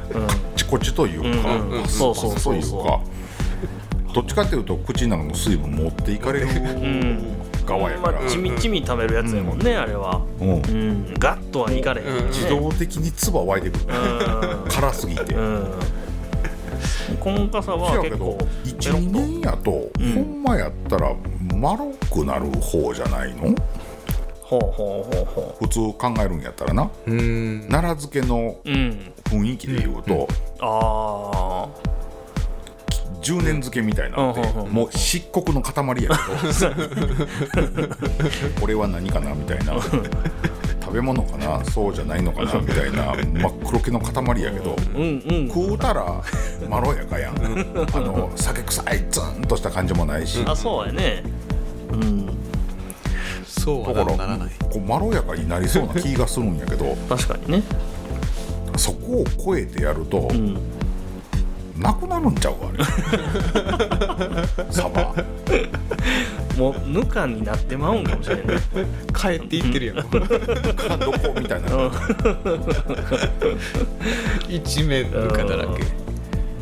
Speaker 1: チコチというか、
Speaker 2: うんうんうん
Speaker 1: パス
Speaker 2: そう
Speaker 1: パ
Speaker 2: そう
Speaker 1: スと
Speaker 2: そ
Speaker 1: いうう
Speaker 2: そう
Speaker 1: かどっちかっていうと口の中の水分持っていかれる
Speaker 2: ん
Speaker 1: 側や
Speaker 2: ま
Speaker 1: から、
Speaker 2: あちみちみ食べるやつやもんね、あれは、
Speaker 1: うん
Speaker 2: うん、ガッとはいかれへん、ね
Speaker 3: うん
Speaker 1: 自動的に唾湧いてくる、辛すぎて、
Speaker 2: うん、 *laughs* うん、このカサ
Speaker 1: せ
Speaker 2: は
Speaker 1: やけ
Speaker 2: 結
Speaker 1: ど
Speaker 2: 構ペロ
Speaker 1: 12
Speaker 2: ッと
Speaker 1: 年やと、
Speaker 2: ん
Speaker 1: ほんまやったら丸くなる方じゃないの
Speaker 2: ほうほうほうほ
Speaker 1: 普通考えるんやったらな
Speaker 3: うん
Speaker 1: 奈良漬けの
Speaker 2: ううん
Speaker 1: 雰囲気で言うと、
Speaker 2: ああ
Speaker 1: 10年漬けみたいなって、
Speaker 2: うん
Speaker 1: もう漆黒の塊やけ
Speaker 2: *laughs*
Speaker 1: どこれは何かなみたいな食べ物かなそうじゃないのかなみたいな真っ黒けの塊やけど、
Speaker 2: うんうん
Speaker 1: 食うたらまろやかやんあの酒臭いツンとした感じもないし、
Speaker 2: あそうやねうん
Speaker 3: そうは
Speaker 1: だか
Speaker 3: な
Speaker 1: ら
Speaker 3: ならない
Speaker 1: こうまろやかになりそうな気がするんやけど
Speaker 2: 確かにね
Speaker 1: そこを超えてやると、
Speaker 2: うん
Speaker 1: なくなるんちゃうかあれサバ
Speaker 2: もうぬかになってまうんかもしれない、
Speaker 3: 帰っていってるやん
Speaker 1: どこみたいな
Speaker 2: うん、
Speaker 3: 一面ぬかだらけ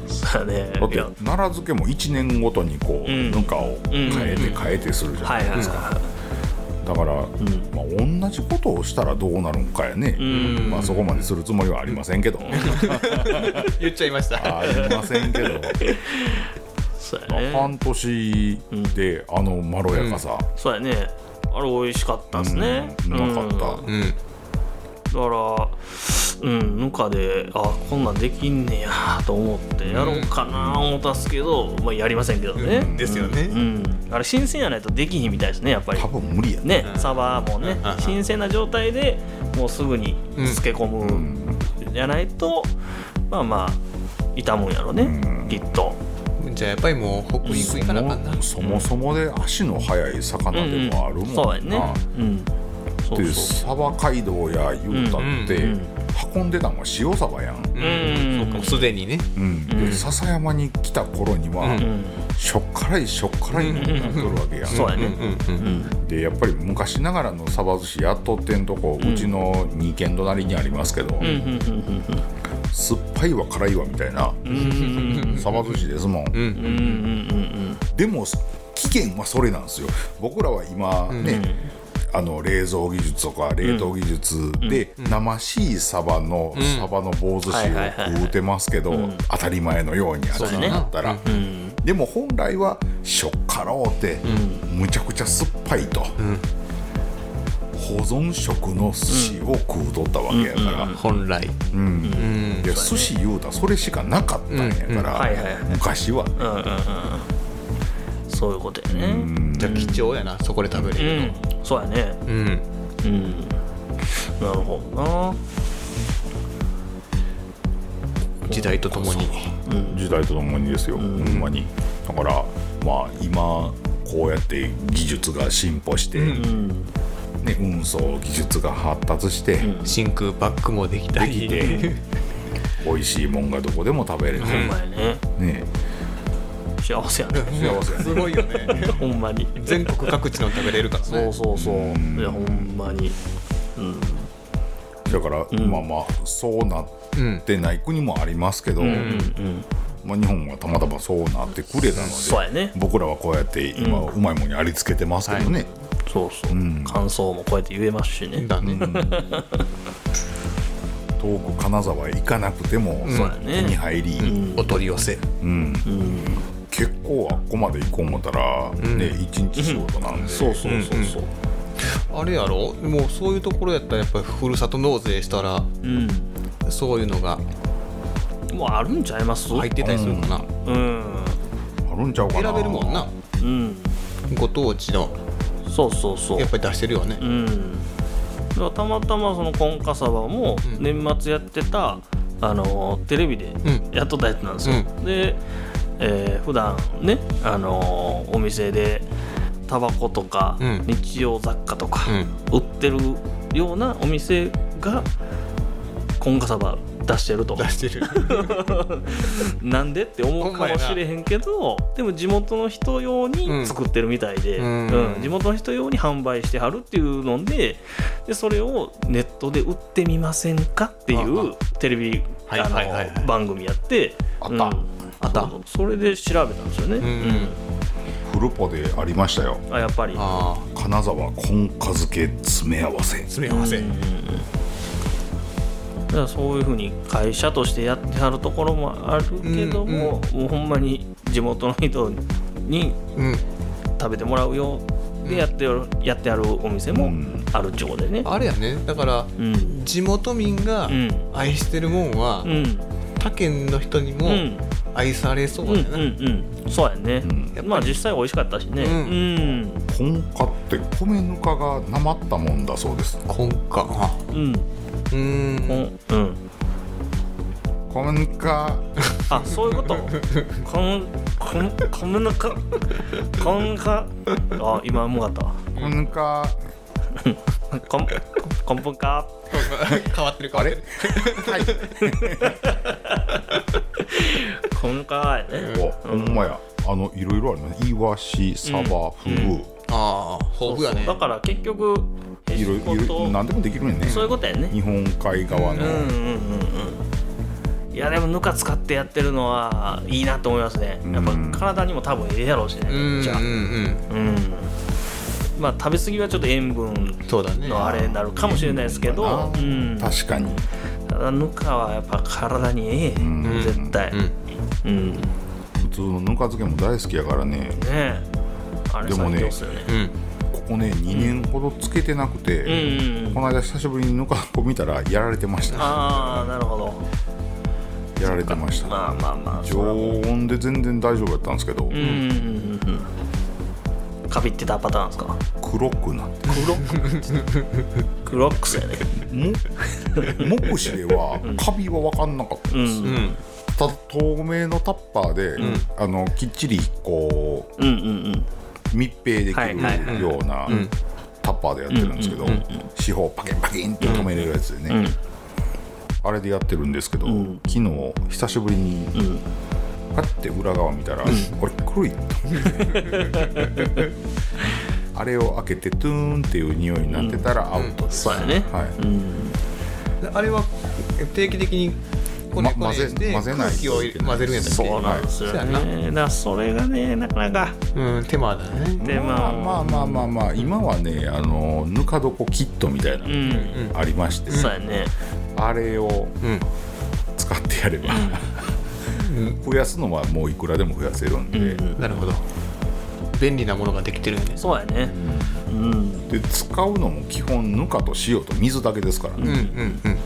Speaker 2: そうやね
Speaker 1: だっ
Speaker 2: い
Speaker 1: て
Speaker 2: や
Speaker 1: 奈良漬けも1年ごとにこう、
Speaker 2: うん
Speaker 1: ぬかを変えて変えてするじゃな
Speaker 2: はいいはい
Speaker 1: ですか、
Speaker 2: は
Speaker 1: だから、まあ、同じことをしたらどうなるんかやね、
Speaker 2: ん
Speaker 1: まあ、そこまでするつもりはありませんけど、
Speaker 3: 言っちゃいました
Speaker 1: ありませんけ
Speaker 2: *laughs*
Speaker 1: ど、
Speaker 2: いそうや
Speaker 1: まあ
Speaker 2: ね
Speaker 1: 半年であのまろやかさ、
Speaker 2: そうやねあれ美味しかったですね
Speaker 1: うんうまかった
Speaker 2: うん
Speaker 3: うん
Speaker 2: だからうんぬかであこんなんできんねやと思ってやろうかな思ったっすけど、まあ、やりませんけどね、
Speaker 3: うんですよね
Speaker 2: うん、あれ新鮮やないとできひんみたいですねやっぱり
Speaker 1: 多分無理やね
Speaker 2: ね、サバもね、
Speaker 3: うん
Speaker 2: 新鮮な状態でもうすぐに漬け込むじゃないと、まあまあ傷むんやろね、きっと、
Speaker 3: じゃあやっぱりもう北陸行かなあかんな
Speaker 1: そもそもで足の速い魚でもあるもんな、
Speaker 2: そうやねうんそ
Speaker 1: で
Speaker 2: うそう
Speaker 1: サバ街道や言うたって、
Speaker 2: うんうん
Speaker 1: 運んでたのは塩サバやん、
Speaker 2: ん
Speaker 3: そうかもうすでにね
Speaker 1: うんで笹山に来た頃には、
Speaker 3: うん
Speaker 2: うん
Speaker 1: しょっからいしょっからいになっとるわけやん、
Speaker 2: そうや
Speaker 3: うん
Speaker 2: ね
Speaker 3: うんうん
Speaker 1: でやっぱり昔ながらのサバ寿司やっとってんとこ、うちの2軒隣にありますけど、
Speaker 2: うんうんうん
Speaker 1: 酸っぱいわ辛いわみたいな、サバ寿司ですもん、
Speaker 2: うんうんうんうん
Speaker 1: でも期限はそれなんですよ僕らは今ね、あの冷蔵技術とか冷凍技術で生しいサバのサバの棒寿司
Speaker 2: はいはいはい
Speaker 1: を
Speaker 2: はい
Speaker 1: 食うてますけど当たり前のように当たり前だったら
Speaker 2: うん
Speaker 1: でも本来はしょっからおうてむちゃくちゃ酸っぱいと保存食の寿司を食うとったわけやから
Speaker 3: 本来
Speaker 1: いや寿司言うたらそれしかなかったんやか
Speaker 2: うんはいはい
Speaker 1: ら昔は
Speaker 2: うんうんうんそういうことやね
Speaker 3: じゃあ貴重やなそこで食べ
Speaker 2: う
Speaker 3: れる
Speaker 2: んそうやね
Speaker 3: のうん
Speaker 2: うんなるほど
Speaker 3: 時代とともに
Speaker 1: 時代とともにですよ、ほんまにだからまあ今こうやって技術が進歩して、ね、運送技術が発達して、
Speaker 3: 真空パックもできた
Speaker 1: でき
Speaker 3: り
Speaker 1: て美味しいもんがどこでも食べれる、
Speaker 2: なほんまやね
Speaker 1: ね
Speaker 2: 幸せやね
Speaker 1: 幸せや
Speaker 3: すごいよね
Speaker 2: ほんまに
Speaker 3: *laughs* 全国各地の食べれるから
Speaker 2: そ
Speaker 3: ね
Speaker 2: うそうそういやほんまに
Speaker 1: だから、まあまあそうなってない国もありますけど、まあ、日本はたまたまそうなってくれたので、
Speaker 2: そうやね
Speaker 1: 僕らはこうやって今うまいもんにありつけてますけどね、
Speaker 2: そうそう感想もこうやって言えますしね
Speaker 3: だね
Speaker 1: 遠く金沢へ行かなくても
Speaker 2: そうや
Speaker 1: 手
Speaker 2: ね
Speaker 1: に入り、
Speaker 3: お取り寄せ
Speaker 1: 結構あっこまで行こう思ったら、ね一日仕事なんで、
Speaker 2: そうそうそうそう
Speaker 3: あれやろもうそういうところやったらやっぱりふるさと納税したら
Speaker 2: うん
Speaker 3: そういうのが
Speaker 2: もうあるんちゃいます
Speaker 3: 入ってたりするかな
Speaker 2: うん
Speaker 1: あるんちゃうかな
Speaker 3: 選べるもんな
Speaker 2: うん
Speaker 3: ご当地の
Speaker 2: そうそうそう
Speaker 3: やっぱり出してるよね
Speaker 2: うん、だからたまたまそのコンカサバも年末やってた、あのテレビで
Speaker 3: ん
Speaker 2: やっとったやつなんですよ、で、えー普段ねあのお店でタバコとか、
Speaker 3: うん
Speaker 2: 日用雑貨とか売ってるようなお店がコンカサバ出してると
Speaker 3: 出してる
Speaker 2: なんでって思うかもしれへんけどでも地元の人用に作ってるみたいで、
Speaker 3: うん
Speaker 2: うん地元の人用に販売してはるっていうのででそれをネットで売ってみませんかってい
Speaker 3: あ
Speaker 2: うテレビ
Speaker 3: はい
Speaker 2: あの
Speaker 3: はいはいはい
Speaker 2: 番組やって
Speaker 1: あった
Speaker 2: うんあったそれで調べたんですよね、
Speaker 3: ん
Speaker 1: フルポでありましたよ
Speaker 2: うんあやっぱり
Speaker 3: *laughs* ああ
Speaker 1: 金沢婚家漬け詰め合わせ
Speaker 3: 詰め合わせ
Speaker 2: うんだからそういうふうに会社としてやってはるところもあるけども、もうほんまに地元の人に
Speaker 3: うん
Speaker 2: 食べてもらうよでやってる、やってあるお店
Speaker 1: う
Speaker 2: も
Speaker 1: ん
Speaker 2: あるっちゅうことでね
Speaker 3: あれやねだから
Speaker 2: うん
Speaker 3: 地元民が
Speaker 2: うん
Speaker 3: 愛してるもんは
Speaker 2: うん
Speaker 3: 他県の人に
Speaker 2: う
Speaker 3: も
Speaker 2: ん
Speaker 3: 愛されそう
Speaker 2: うんうん
Speaker 3: だな
Speaker 2: うんそうやね、
Speaker 3: うん
Speaker 2: まあ実際美味しかったしね
Speaker 3: うん
Speaker 1: 婚家って米ぬかがなまったもんだそうです
Speaker 3: 根幹あ
Speaker 2: うんうん
Speaker 3: うー
Speaker 2: うんん、うん、
Speaker 1: 米ぬか
Speaker 2: あそういうこと
Speaker 3: *laughs*
Speaker 2: こんこんこんなかこんかあ今うまかったわ
Speaker 1: 米ぬか
Speaker 2: こんこんぷんか
Speaker 3: *laughs* 変わってる変わってる
Speaker 2: こんかやね
Speaker 1: おほんまやあのいろいろあるねイワシサバフグ、
Speaker 3: ああ豊富やね
Speaker 2: だから結局
Speaker 1: いろいろいろ何でもできるねんね
Speaker 2: そういうことやね
Speaker 1: 日本海側の、
Speaker 2: うんうんうんうんいやでもぬか使ってやってるのはいいなと思いますねやっぱ体にも多分ええやろうしね
Speaker 3: うん
Speaker 2: じゃあ
Speaker 3: うんうん
Speaker 2: うんまあ食べ過ぎはちょっと塩分
Speaker 3: そうだね
Speaker 2: のあれになるかもしれないですけど、うん、
Speaker 1: 確かに
Speaker 2: ただぬかはやっぱ体にええ、絶対
Speaker 3: ん
Speaker 2: うん、ね
Speaker 1: 普通のぬか漬けも大好きやからね
Speaker 2: えあれ
Speaker 1: でも
Speaker 2: 最
Speaker 1: ね
Speaker 2: 強っすよね
Speaker 3: うん
Speaker 1: ここね2年ほどつけてなくて、
Speaker 2: うんうん
Speaker 1: この間久しぶりにぬかこ見たらやられてました
Speaker 2: ああなるほど
Speaker 1: やられてました
Speaker 2: まあまあまあ
Speaker 1: 常温で全然大丈夫やったんですけど、
Speaker 2: うんうんうんうんかびってたパターンですか
Speaker 1: 黒くな
Speaker 2: *laughs*
Speaker 1: って
Speaker 2: クロッククロックスやね
Speaker 1: も目視ではカビは分かんなかったんです、
Speaker 3: うん
Speaker 1: た透明のタッパーで、
Speaker 3: ん
Speaker 1: あのきっちりこう
Speaker 2: うんうんうん
Speaker 1: 密閉でき
Speaker 2: はいはいは
Speaker 1: る
Speaker 2: い
Speaker 1: ような
Speaker 3: うん
Speaker 1: タッパーでやってるんですけど、
Speaker 3: うんうんうん
Speaker 1: 四方パキンパキンって止めれるやつでね、
Speaker 2: うん
Speaker 1: あれでやってるんですけど、
Speaker 2: ん
Speaker 1: 昨日久しぶりに
Speaker 2: うん
Speaker 1: パッて裏側見たら、あれ黒い
Speaker 2: *laughs*
Speaker 1: あれを開けてトゥーンっていう匂いになってたらアウトです、
Speaker 2: そうやね
Speaker 1: はい
Speaker 2: うん
Speaker 3: であれは定期的にこねこ
Speaker 1: ま
Speaker 3: ね
Speaker 1: 混ぜ
Speaker 3: して
Speaker 1: 混ぜない
Speaker 3: 空気を混ぜるんやったっけ
Speaker 2: そうなんですよ
Speaker 3: はい
Speaker 2: ねだからそれがねなかなか
Speaker 3: うん手間だね
Speaker 2: で
Speaker 1: まあまあまあまあまあ今はねあのぬか床キットみたいなの
Speaker 2: うん
Speaker 3: うん
Speaker 1: ありまして、
Speaker 2: そうやね
Speaker 1: あれを
Speaker 3: うん
Speaker 1: 使ってやれば、増やすのはもういくらでも増やせるんで、
Speaker 2: うん
Speaker 3: なるほど便利なものができてるよね
Speaker 2: そうやねうん
Speaker 1: で使うのも基本ぬかと塩と水だけですから
Speaker 3: うんう
Speaker 1: ね、
Speaker 3: んうん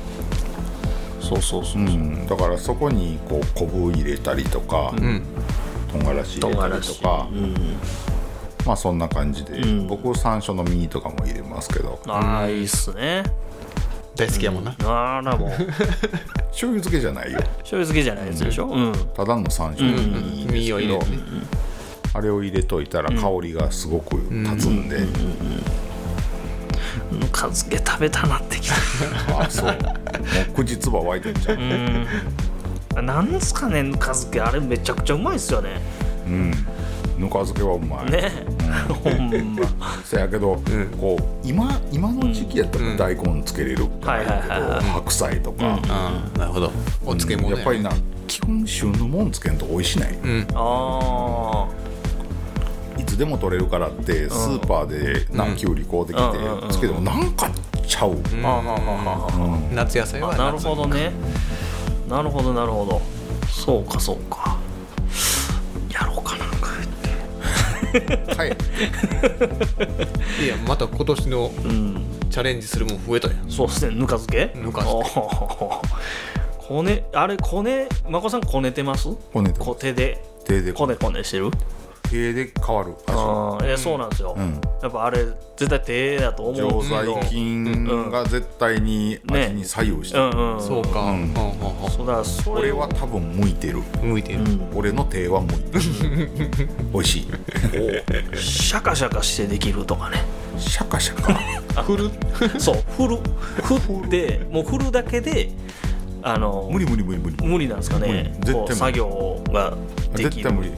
Speaker 2: そうそうそう
Speaker 1: うんだからそこにこう昆布入れたりとか、
Speaker 3: うん
Speaker 1: 唐辛子
Speaker 2: 唐
Speaker 1: 入れた
Speaker 2: 辛
Speaker 1: りと
Speaker 2: 子
Speaker 1: か、
Speaker 2: うん
Speaker 1: まあそんな感じで、
Speaker 2: うん
Speaker 1: 僕山椒の実とかも入れますけど
Speaker 2: ああいいっすね
Speaker 3: 大好きやもんな
Speaker 2: あら
Speaker 1: *laughs*
Speaker 2: もう醤
Speaker 1: 醤油漬けじゃないよ
Speaker 2: 油漬けじゃないやつでしょうん
Speaker 1: ただの山椒の実です
Speaker 3: を
Speaker 1: け
Speaker 3: 入
Speaker 1: ど、
Speaker 3: れてね
Speaker 1: あれを入れといたら香りがすごく立つんで、
Speaker 2: ぬか漬け食べたなってきた
Speaker 1: あそうもう口つば湧いてんじゃん、
Speaker 2: うんなんですかねぬか漬けあれめちゃくちゃうまいっすよね
Speaker 1: うん、ぬか漬けはうまい、
Speaker 2: ね *laughs* ほんま
Speaker 1: そやけど、
Speaker 3: ん
Speaker 1: こう今今の時期やったら
Speaker 3: ん
Speaker 1: 大根つけれるとか
Speaker 2: はいはいはいはい
Speaker 1: 白菜とか、
Speaker 3: ああなるほどお漬物
Speaker 1: やっぱり
Speaker 3: な
Speaker 1: な基本旬のもんつけんと美味しない
Speaker 3: うん
Speaker 2: あ
Speaker 1: いつでも取れるからってスーパーで南キュウリ買うてきて
Speaker 2: うんうん
Speaker 1: つけてもなんかちゃう、
Speaker 2: ーあはははは
Speaker 3: 夏野菜は
Speaker 2: なる
Speaker 3: 夏
Speaker 2: ほどねなるほどなるほどそうかそうかやろうかなんか
Speaker 1: はい
Speaker 3: いやまた今年の
Speaker 2: うん
Speaker 3: チャレンジするもん増えたやん
Speaker 2: そうっすねぬか漬け
Speaker 3: ぬか漬
Speaker 2: け *laughs* こねあれこねまこさんこねてます
Speaker 1: こねてます
Speaker 2: こ手で
Speaker 1: 手で
Speaker 2: こねこねしてる
Speaker 1: 手で変わる味
Speaker 2: あーえそうなんですよ、
Speaker 1: うん
Speaker 2: やっぱあれ絶対手だと思うん
Speaker 1: 常
Speaker 2: ですけど
Speaker 1: 在菌が絶対に味に左右して
Speaker 2: う
Speaker 1: る、
Speaker 2: んうん
Speaker 3: そうか
Speaker 1: う
Speaker 3: うんんうんう
Speaker 2: そうだからそ
Speaker 1: 俺
Speaker 2: れ
Speaker 1: は多分向いてる
Speaker 3: ん向いて
Speaker 2: う
Speaker 3: る
Speaker 2: ん
Speaker 1: 俺の手は向いてる
Speaker 2: *laughs*
Speaker 1: 美味しい
Speaker 2: シャカシャカしてできると
Speaker 1: *laughs*
Speaker 2: かね
Speaker 1: シャカシャカ
Speaker 3: 振る
Speaker 2: そう振る振ってもう振るだけであの
Speaker 1: 無理無理無理無理
Speaker 2: 無理なんですかね
Speaker 1: 無理絶対無理
Speaker 2: こう作業ができ
Speaker 1: 絶
Speaker 2: る
Speaker 1: 対無理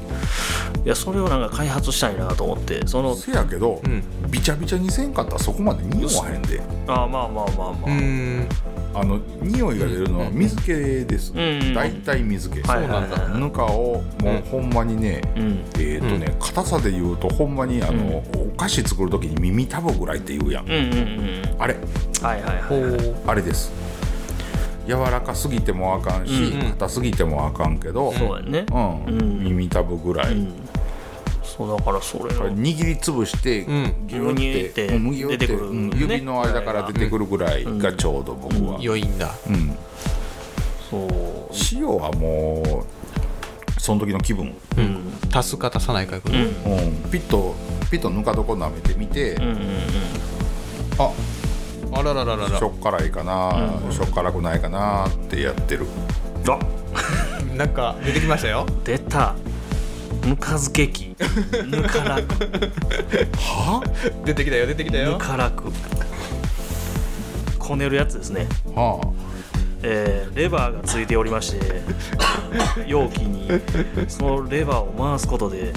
Speaker 2: いやそれをなんか開発したいなと思ってその
Speaker 1: せやけど、
Speaker 3: うん
Speaker 1: びちゃびちゃにせんかったらそこまで匂わへんで
Speaker 2: あーまあまあまあま
Speaker 3: う
Speaker 2: あ、
Speaker 3: ん
Speaker 1: あの匂いが出るのは水気です、
Speaker 2: んうんうん
Speaker 1: 大体水気、
Speaker 2: はいはいはい
Speaker 1: そうなんだぬかをもうほんまにね、
Speaker 2: うん
Speaker 1: えっ、とね硬さで言うとほんまにあの、お菓子作る時に耳たぶぐらいって言うやん、
Speaker 2: うんうんうん
Speaker 1: あれ
Speaker 2: はいはいは
Speaker 3: ほ
Speaker 2: いう
Speaker 1: あれです柔らかすぎてもあかんし、
Speaker 3: うんうん
Speaker 1: 硬すぎてもあかんけど、
Speaker 2: そうやね
Speaker 1: うん
Speaker 2: うん
Speaker 1: 耳たぶぐらい、
Speaker 2: うんそうだからそれを
Speaker 1: 握りつぶして、
Speaker 3: ん
Speaker 1: ギューって
Speaker 2: むにゅーって
Speaker 1: うんむにゅーって
Speaker 2: 出てくる
Speaker 1: うん
Speaker 2: ね
Speaker 1: 指の間から出てくるぐらいがちょうど僕は、
Speaker 3: 良いんだ
Speaker 1: うん
Speaker 2: そう
Speaker 1: 塩はもうその時の気分、
Speaker 2: うん
Speaker 3: 足すか足さないかいくの
Speaker 1: うん、ピッとピッとぬか床舐めてみて、
Speaker 2: うんうん
Speaker 1: あ
Speaker 3: あららららら
Speaker 1: しょっ辛いかな、しょっ辛くないかなってやってる
Speaker 2: うんあ
Speaker 3: なんか出てきました *laughs* よ
Speaker 2: 出たぬか漬け器ぬからく
Speaker 1: *laughs* は
Speaker 3: 出てきたよ出てきた
Speaker 2: ぬ
Speaker 3: よ
Speaker 2: からくこねるやつですね、
Speaker 1: は
Speaker 2: えーレバーがついておりまして
Speaker 1: *laughs*
Speaker 2: 容器にそのレバーを回すことで、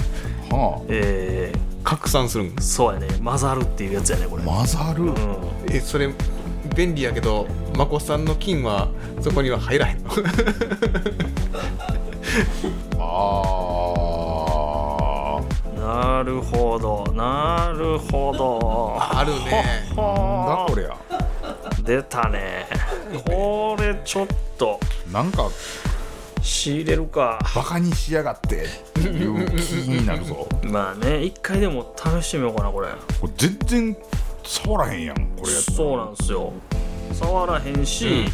Speaker 1: あは
Speaker 2: えー
Speaker 3: 拡散するん
Speaker 2: そうやね混ざるっていうやつやねこれ、
Speaker 1: あ混ざる、
Speaker 2: うん
Speaker 3: えそれ便利やけどまこさんの菌はそこには入らへんの
Speaker 1: あー
Speaker 2: なるほどなるほど
Speaker 3: *laughs* あるね
Speaker 1: なんだこりゃ
Speaker 2: 出たねこれちょっと
Speaker 1: なんか
Speaker 2: 仕入れるか
Speaker 1: バカにしやがってっていう気になるぞ
Speaker 2: まあね一回でも試してみようかなこれ
Speaker 1: これ全然触らへんやんこれやったら
Speaker 2: そうなんですよ触らへんし、
Speaker 3: うん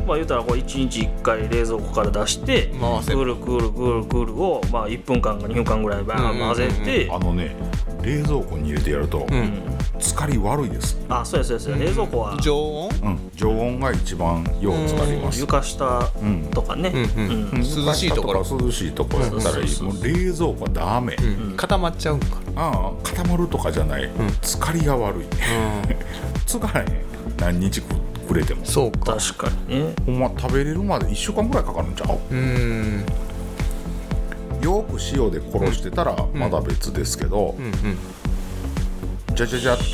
Speaker 2: ままあ言うたらこう1日1回冷蔵庫から出してク
Speaker 3: 回せば
Speaker 2: ールクールクールクールをまあ1分間か2分間ぐらいバーン混ぜて、
Speaker 1: あのね冷蔵庫に入れてやると、
Speaker 3: うん
Speaker 1: 疲れ悪いです、
Speaker 2: あそうやそうやそうや冷蔵庫は
Speaker 3: 常温
Speaker 1: うん、常温が一番よう疲れます、
Speaker 2: 床下
Speaker 1: うん
Speaker 2: とかね、
Speaker 3: うんうん
Speaker 1: うん
Speaker 3: 涼しいところ
Speaker 1: 涼しいところやったらいい
Speaker 2: うん
Speaker 1: もう冷蔵庫はダメ、
Speaker 3: うん固まっちゃうんか
Speaker 1: ああ固まるとかじゃない、疲れが悪い疲れへん何日くくれても
Speaker 3: そうか
Speaker 2: 確かにね
Speaker 1: ほんま食べれるまで1週間ぐらいかかるんちゃう
Speaker 3: うん
Speaker 1: よく塩で殺してたらまだ別ですけど、
Speaker 3: うん
Speaker 1: じゃじゃじゃっと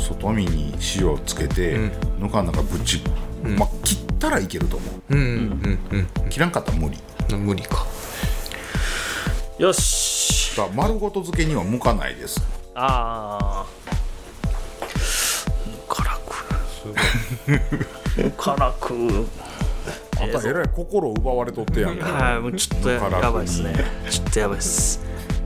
Speaker 1: 外身に塩をつけて、ぬかぬかぶち、まあ切ったらいけると思
Speaker 3: うんうんうん
Speaker 1: う切らんかったら無理だ
Speaker 3: うん無理か
Speaker 2: よし
Speaker 1: から丸ごと漬けには向かないです
Speaker 2: ああ辛く辛く
Speaker 1: あんたえらい心を奪われとってやんか
Speaker 2: はいもうちょっとや
Speaker 1: 辛く
Speaker 2: ばいですねちょっとやばいです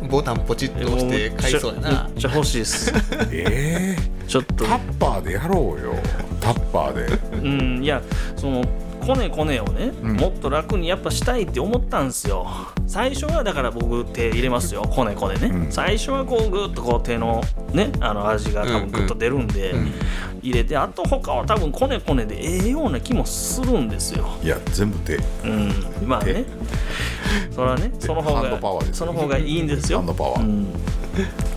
Speaker 3: ボタンポチッと押して買いそうやな
Speaker 2: めっちゃ欲しいです
Speaker 1: ええ
Speaker 2: ちょっと
Speaker 1: タッパーでやろうよタッパーで
Speaker 2: うんいやそのコネコネをね、もっと楽にやっぱしたいって思ったんですよ最初はだから僕手入れますよコネコネね、
Speaker 1: うん
Speaker 2: 最初はこうグッとこう手のねあの味が多分グッと出るんで、入れてあと他は多分コネコネでええような気もするんですよ
Speaker 1: いや全部手
Speaker 2: うんまあねそれはねその方
Speaker 1: ハンドパワーで
Speaker 2: が
Speaker 1: す
Speaker 2: その方がいいんです
Speaker 1: ハ
Speaker 2: よ
Speaker 1: ンドパワ
Speaker 2: う
Speaker 1: ー、
Speaker 2: ん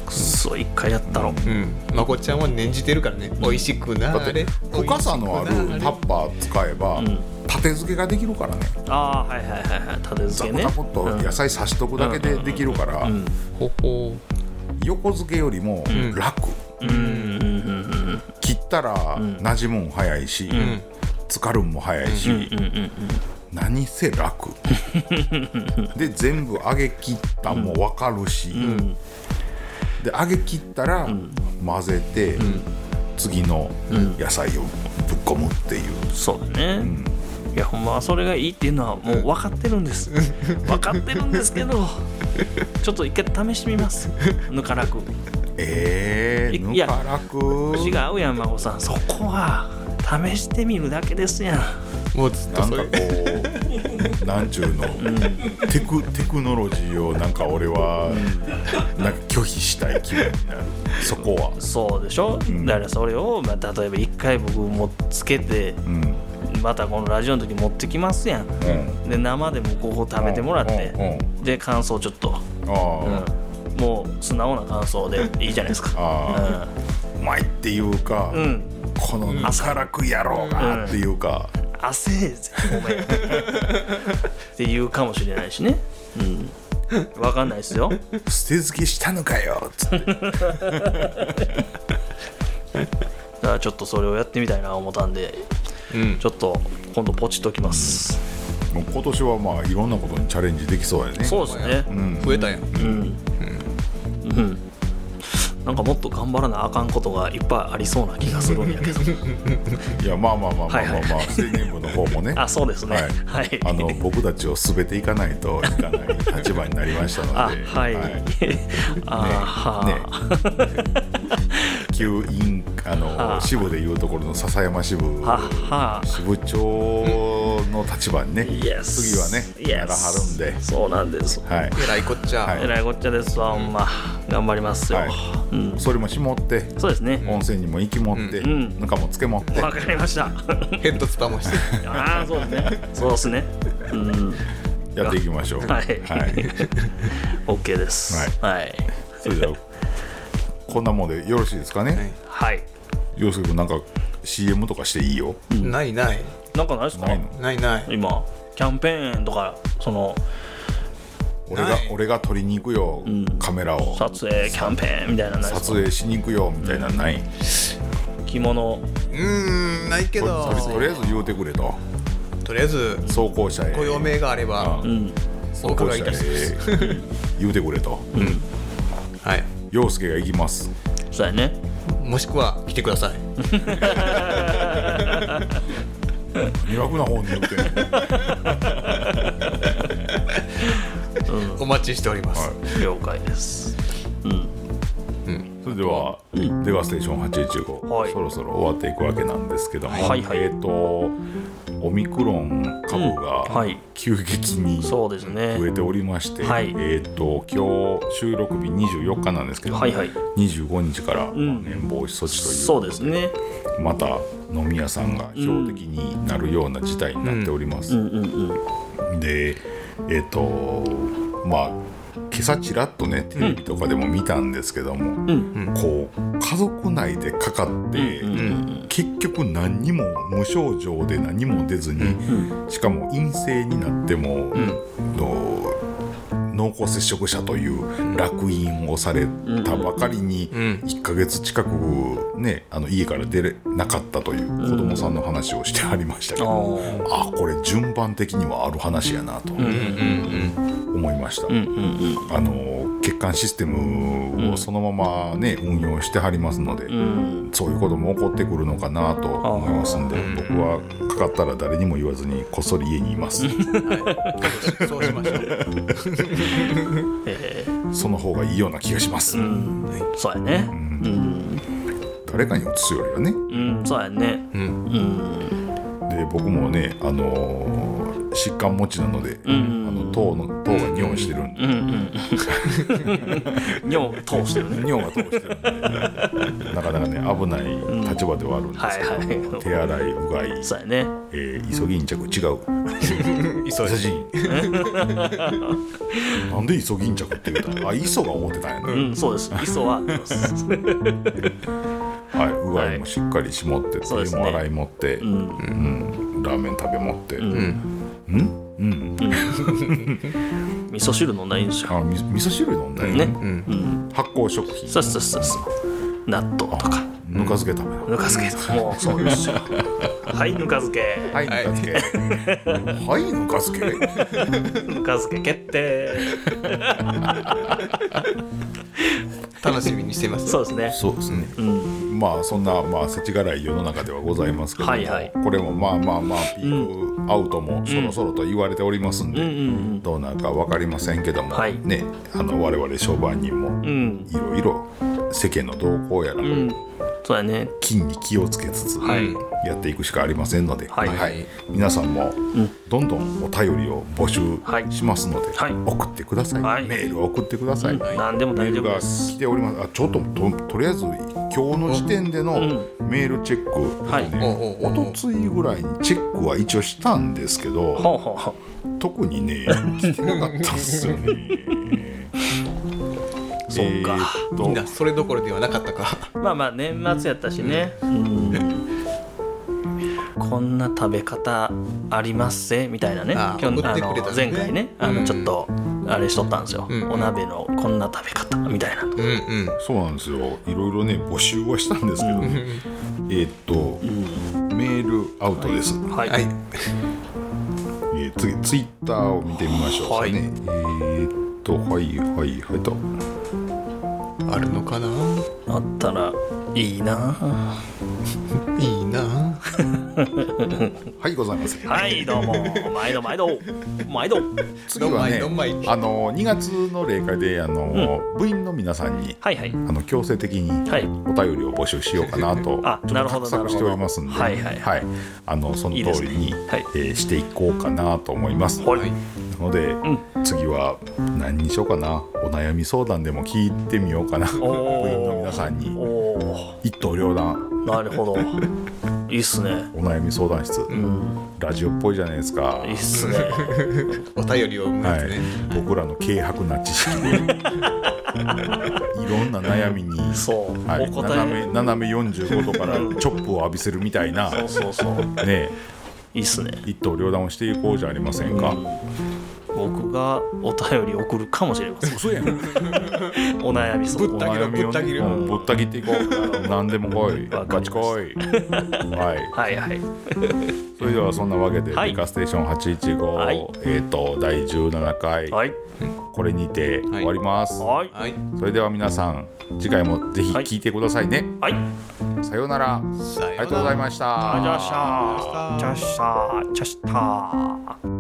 Speaker 2: くそ一回やったろ
Speaker 3: うんまこちゃんは念じてるからね美味しくな
Speaker 1: だっ
Speaker 3: あ
Speaker 1: て
Speaker 3: れ
Speaker 1: 深さのある
Speaker 3: 美味しくなれ
Speaker 1: タッパー使えば、
Speaker 2: ん
Speaker 1: 縦漬けができるからね
Speaker 2: ああはいはいはいはい立て
Speaker 1: ザ
Speaker 2: 付け
Speaker 1: コ
Speaker 2: ね
Speaker 1: ザコっと野菜差しとくだけでできるから、
Speaker 2: うん
Speaker 3: ほほ
Speaker 1: 横漬けよりも楽、
Speaker 2: うんうんうんうん
Speaker 1: 切ったら馴染むん早いし、浸かるんも早いし、
Speaker 2: うんうんうん
Speaker 1: 何せ
Speaker 2: *laughs*
Speaker 1: 楽で全部揚げ切ったんも分かるし、で揚げ切ったら混ぜて、次の野菜をぶっ込むっていう、
Speaker 2: そうだね、いやほんまはそれがいいっていうのはもう分かってるんです、分かってるんですけどちょっと一回試してみますぬか楽
Speaker 1: えー、
Speaker 2: い
Speaker 1: ぬ
Speaker 2: や
Speaker 1: か楽
Speaker 2: 違うやん孫さんそこは試してみるだけですやん
Speaker 3: うもうずっと
Speaker 1: なん
Speaker 3: そ
Speaker 1: か
Speaker 3: れ
Speaker 1: こ
Speaker 2: *laughs*
Speaker 1: うなんちゅうの、テクテクノロジーをなんか俺は、なんか拒否したい気分になるそこは、
Speaker 2: そうでしょ、だからそれを、まあ、例えば一回僕もつけて
Speaker 1: うんうん、
Speaker 2: またこのラジオの時持ってきますやんで生でもここ食べてもらって、
Speaker 1: うんうん
Speaker 2: で感想ちょっと、
Speaker 1: ああ、
Speaker 2: うんもう素直な感想でいいじゃないですか
Speaker 1: ああ、うまいっていうか、
Speaker 2: うん、うん
Speaker 1: この朝楽やろう
Speaker 2: うん
Speaker 1: なっていうか、
Speaker 2: 汗えぜごめ
Speaker 1: *laughs*
Speaker 2: んって言うかもしれないしねうんわかんないですよ
Speaker 1: 捨て漬けしたのかよっつって
Speaker 2: だからちょっとそれをやってみたいな思ったんで
Speaker 3: うん
Speaker 2: ちょっと今度ポチっときます、
Speaker 1: もう今年はまあいろんなことにチャレンジできそうやね
Speaker 2: そうですね
Speaker 3: 増えたやん
Speaker 2: うんうん、なんかもっと頑張らなあかんことがいっぱいありそうな気がするんやけど
Speaker 1: いやまあまあまあまあまあま
Speaker 2: は
Speaker 1: あ、青年部の方もね
Speaker 2: あそうですね
Speaker 1: はい
Speaker 2: はい
Speaker 1: あの僕たちを全ていかないといかない立場になりましたの
Speaker 2: あ
Speaker 1: で
Speaker 2: はい、あ
Speaker 1: ね
Speaker 2: は
Speaker 1: *laughs* 旧院あ
Speaker 2: は
Speaker 1: の
Speaker 2: あ
Speaker 1: 支部でいうところの笹山支部
Speaker 2: あはあ
Speaker 1: 支部長の立場にね
Speaker 2: イエス
Speaker 1: 次はねやらはるんで、
Speaker 2: そうなんです、
Speaker 1: はい、
Speaker 3: えらいこっちゃ、
Speaker 1: はい
Speaker 2: えらいこっちゃですわほんま頑張りますよ、
Speaker 1: はい
Speaker 2: うん
Speaker 1: それもしもって
Speaker 2: そうですね。
Speaker 1: 温泉にも行きもって、
Speaker 2: ん
Speaker 1: ぬかもつけもって、
Speaker 2: わかりま *laughs* した。
Speaker 3: ヘッドツタもして
Speaker 2: ああ、そうですね。そうですね。うん、
Speaker 1: やっていきましょう
Speaker 2: は
Speaker 1: は
Speaker 2: い
Speaker 1: い、
Speaker 2: オッケーです。はい。
Speaker 1: それじゃあこんなもんでよろしいですかね
Speaker 2: はい。
Speaker 1: 陽介君なんか CM とかしていいよ
Speaker 3: ないない
Speaker 2: なんかないですか
Speaker 1: ない。の
Speaker 3: ないない
Speaker 2: 今キャンペーンとかその
Speaker 1: 俺が
Speaker 3: ない
Speaker 1: 俺が撮りに行くよ、カメラを
Speaker 2: 撮影キャンペーンみたいなのないです
Speaker 1: 撮
Speaker 2: か。
Speaker 1: 影しに行くよみたいなのない、
Speaker 2: 着物
Speaker 3: うーんないけど
Speaker 1: とりとりあえず言うてくれと
Speaker 3: とりあえず
Speaker 1: 走行車へ
Speaker 3: ご用命があれば
Speaker 2: ん
Speaker 1: 走行車へ
Speaker 3: お伺いい
Speaker 1: 言うてくれと
Speaker 3: はい
Speaker 1: 陽介が行きます
Speaker 2: そうやね。
Speaker 3: もしくは来てください
Speaker 1: 魅惑な方に言うてんの
Speaker 3: お待ちしております、
Speaker 1: はい
Speaker 2: 了解です。うん。
Speaker 1: それでは、出川ステーション815、
Speaker 2: はい
Speaker 1: そろそろ終わっていくわけなんですけども、
Speaker 2: はいはい
Speaker 1: えっ、とオミクロン株
Speaker 2: うん
Speaker 1: が
Speaker 2: はい
Speaker 1: 急激に
Speaker 2: そうですね
Speaker 1: 増えておりまして、
Speaker 2: はい
Speaker 1: えっ、と今日収録日24日なんですけども、
Speaker 2: はいはい
Speaker 1: 25日から
Speaker 2: ん
Speaker 1: 年防止措置という、
Speaker 2: そうですね
Speaker 1: また飲み屋さんが標的になるような事態になっております。
Speaker 2: うんうんうん
Speaker 1: でえっ、とまあ今朝ちらっとねテレビとかでも見たんですけども、
Speaker 2: うん
Speaker 1: こう家族内でかかって、
Speaker 2: うんうん
Speaker 1: 結局何にも無症状で何も出ずに、しかも陰性になっても、の濃厚接触者という烙印をされたばかりに、
Speaker 3: ん
Speaker 1: 1ヶ月近く、ね、あの家から出れなかったという子供さんの話をしてありましたけ
Speaker 2: あ
Speaker 1: ど、
Speaker 2: ー
Speaker 1: あこれ順番的にはある話やなと思いました。
Speaker 2: うんうん
Speaker 1: あの欠陥システムをそのままね、運用してはりますので、
Speaker 2: うん
Speaker 1: そういうことも起こってくるのかなと思いますんで僕はかかったら誰にも言わずにこっそり家にいます
Speaker 3: はい、そうしましょう。
Speaker 2: え
Speaker 1: その方がいいような気がします、
Speaker 2: ーうんそうやねうん
Speaker 1: 誰かに移すよりはね
Speaker 2: うんそうやね
Speaker 3: うん、
Speaker 2: うん
Speaker 1: で僕もねあのー疾患持ちなので、
Speaker 2: ん
Speaker 1: あの糖の糖が尿してるんで
Speaker 2: うんうんうん尿通してるね
Speaker 1: 尿が通してるんでなかなかね危ない立場ではあるんですけど、
Speaker 2: うんはいはい
Speaker 1: 手洗いうがい、
Speaker 2: そうやね
Speaker 1: えー、急ぎん着違う
Speaker 3: 急い
Speaker 1: イソジンなんでイソギンチャクって言うたあイソが思ってたんや
Speaker 2: う
Speaker 1: ね、
Speaker 2: んそうです磯は *laughs* う
Speaker 1: はいうがいもしっかり絞って、
Speaker 2: そうです
Speaker 1: 手
Speaker 2: ね
Speaker 1: も洗い持って、
Speaker 2: ん
Speaker 1: うんラーメン食べ持って、うん
Speaker 3: うん、
Speaker 1: うん
Speaker 2: 味噌汁飲んだらいいんですよ
Speaker 1: あみ味噌汁飲んだよね
Speaker 2: ねうん
Speaker 1: 発酵食品
Speaker 2: そうそうそうそう納豆とか
Speaker 1: ぬか漬け食べな、
Speaker 2: ぬか漬けもうそうですよはいぬか漬け
Speaker 1: はいぬか漬けはいぬか漬け
Speaker 2: ぬか漬け決定
Speaker 3: 楽しみにしてます。
Speaker 2: そうですね
Speaker 1: そうですね、
Speaker 2: うん
Speaker 1: まあそんなまあ世知辛い世の中ではございますけども、
Speaker 2: はいはい
Speaker 1: これもまあまあまあピークアウトもそろそろと言われておりますんで、
Speaker 2: うんうん
Speaker 1: どうなるか分かりませんけども、
Speaker 2: はい
Speaker 1: ねあの我々商売人も
Speaker 2: うんうん
Speaker 1: いろいろ世間の動向やら、
Speaker 2: うんそうやね
Speaker 1: 金に気をつけつつ
Speaker 2: はい
Speaker 1: やっていくしかありませんので、
Speaker 2: はい
Speaker 1: 皆さんもどんどんお便りを募
Speaker 2: はい
Speaker 1: 集しますので、
Speaker 2: はい
Speaker 1: 送ってください、
Speaker 2: はい
Speaker 1: メールを送ってください、
Speaker 2: うん何でも
Speaker 1: メー
Speaker 2: 大丈
Speaker 1: ル
Speaker 2: 夫
Speaker 1: が
Speaker 2: です
Speaker 1: 来ておりますあちょっとととりあえず今日の時点でのメールチェック、
Speaker 2: はい
Speaker 1: ね
Speaker 3: おうおうお
Speaker 1: お
Speaker 3: う
Speaker 1: とついぐらいにチェックは一応したんですけど、
Speaker 2: ほうほうほ
Speaker 1: 特にね来てなかったっすよね。
Speaker 2: う *laughs* そうか
Speaker 1: えーっと
Speaker 3: みんなそれどころではなかったか。
Speaker 2: まあまあ年末やったしねうんこんな食べ方ありますぜみたいなね
Speaker 3: あー
Speaker 2: 今日
Speaker 3: 送ってくれた
Speaker 2: あの
Speaker 3: ね
Speaker 2: 前回ねあ
Speaker 3: う
Speaker 2: の
Speaker 3: ん
Speaker 2: ちょっとあれしとったんですよ、
Speaker 3: うん
Speaker 2: お鍋のこんな食べ方みたいなの
Speaker 3: うんうん。
Speaker 1: そうなんですよいろいろね募集はしたんですけど、えーっと、メールアウトです、
Speaker 2: はい、
Speaker 3: はい。
Speaker 1: えー次ツイッターを見てみましょうか
Speaker 2: はい
Speaker 1: ね、えーっとはいはいはいと
Speaker 3: あるのかな。
Speaker 2: あったらいいない
Speaker 3: いな。
Speaker 1: はいございます
Speaker 2: はいどうも毎度毎度毎度
Speaker 1: 次はね
Speaker 3: どんまいどんまい
Speaker 1: あの2月の例会であの、部員の皆さんに
Speaker 2: はいはい
Speaker 1: あの強制的に
Speaker 2: はい
Speaker 1: お便りを募集しようかなと
Speaker 2: あ
Speaker 1: ちょ
Speaker 2: な
Speaker 1: っ
Speaker 2: る
Speaker 1: と
Speaker 2: ほど
Speaker 1: 画策しておりますんで、
Speaker 2: なるほどはいは
Speaker 1: あのその
Speaker 2: いいです
Speaker 1: 通
Speaker 2: ね
Speaker 1: りに
Speaker 2: はい
Speaker 1: えーしていこうかなと思います。
Speaker 2: ほい、
Speaker 3: はい
Speaker 1: なので、次は何にしようかなお悩み相談でも聞いてみようかな部員
Speaker 2: おー
Speaker 1: の皆さんに
Speaker 2: おお
Speaker 1: 一刀両断
Speaker 2: なるほどいいっすね
Speaker 1: お悩み相談室、ラジオっぽいじゃないですか
Speaker 2: いい。っすね
Speaker 3: お便りを生む
Speaker 1: は
Speaker 3: や
Speaker 1: い
Speaker 3: つね。、
Speaker 1: 僕らの軽薄な知
Speaker 2: *laughs*
Speaker 1: 識でいろんな悩みに
Speaker 2: そう
Speaker 1: はい、
Speaker 2: お答え
Speaker 1: 斜め斜め45度からチョップを浴びせるみたいな
Speaker 2: そうそうそう
Speaker 1: ね
Speaker 2: いいっすね
Speaker 1: 一刀両断をしていこうじゃありませんか。
Speaker 2: 僕がお便り送るかもしれません
Speaker 1: そうやん。
Speaker 2: お悩み相
Speaker 1: お
Speaker 2: 談
Speaker 3: だけど
Speaker 1: 悩みを
Speaker 3: ぶった切
Speaker 1: ね
Speaker 3: る
Speaker 1: うんぶった切っていこう。何でも来い。
Speaker 2: わ
Speaker 1: バ
Speaker 2: かりました
Speaker 1: チ来い。はい。
Speaker 2: はいはい
Speaker 1: それではそんなわけで、
Speaker 2: はい
Speaker 1: デカステーション815、
Speaker 2: はい
Speaker 1: えっ、と第17回、
Speaker 2: はい
Speaker 1: これにて終わります。
Speaker 2: はい
Speaker 3: はい。
Speaker 1: それでは皆さん次回もぜひ
Speaker 2: はい
Speaker 1: 聞いてくださいね。
Speaker 2: はい
Speaker 1: さようなら。ありがとうございました。
Speaker 2: ありがとうございましたじゃあしたじゃあした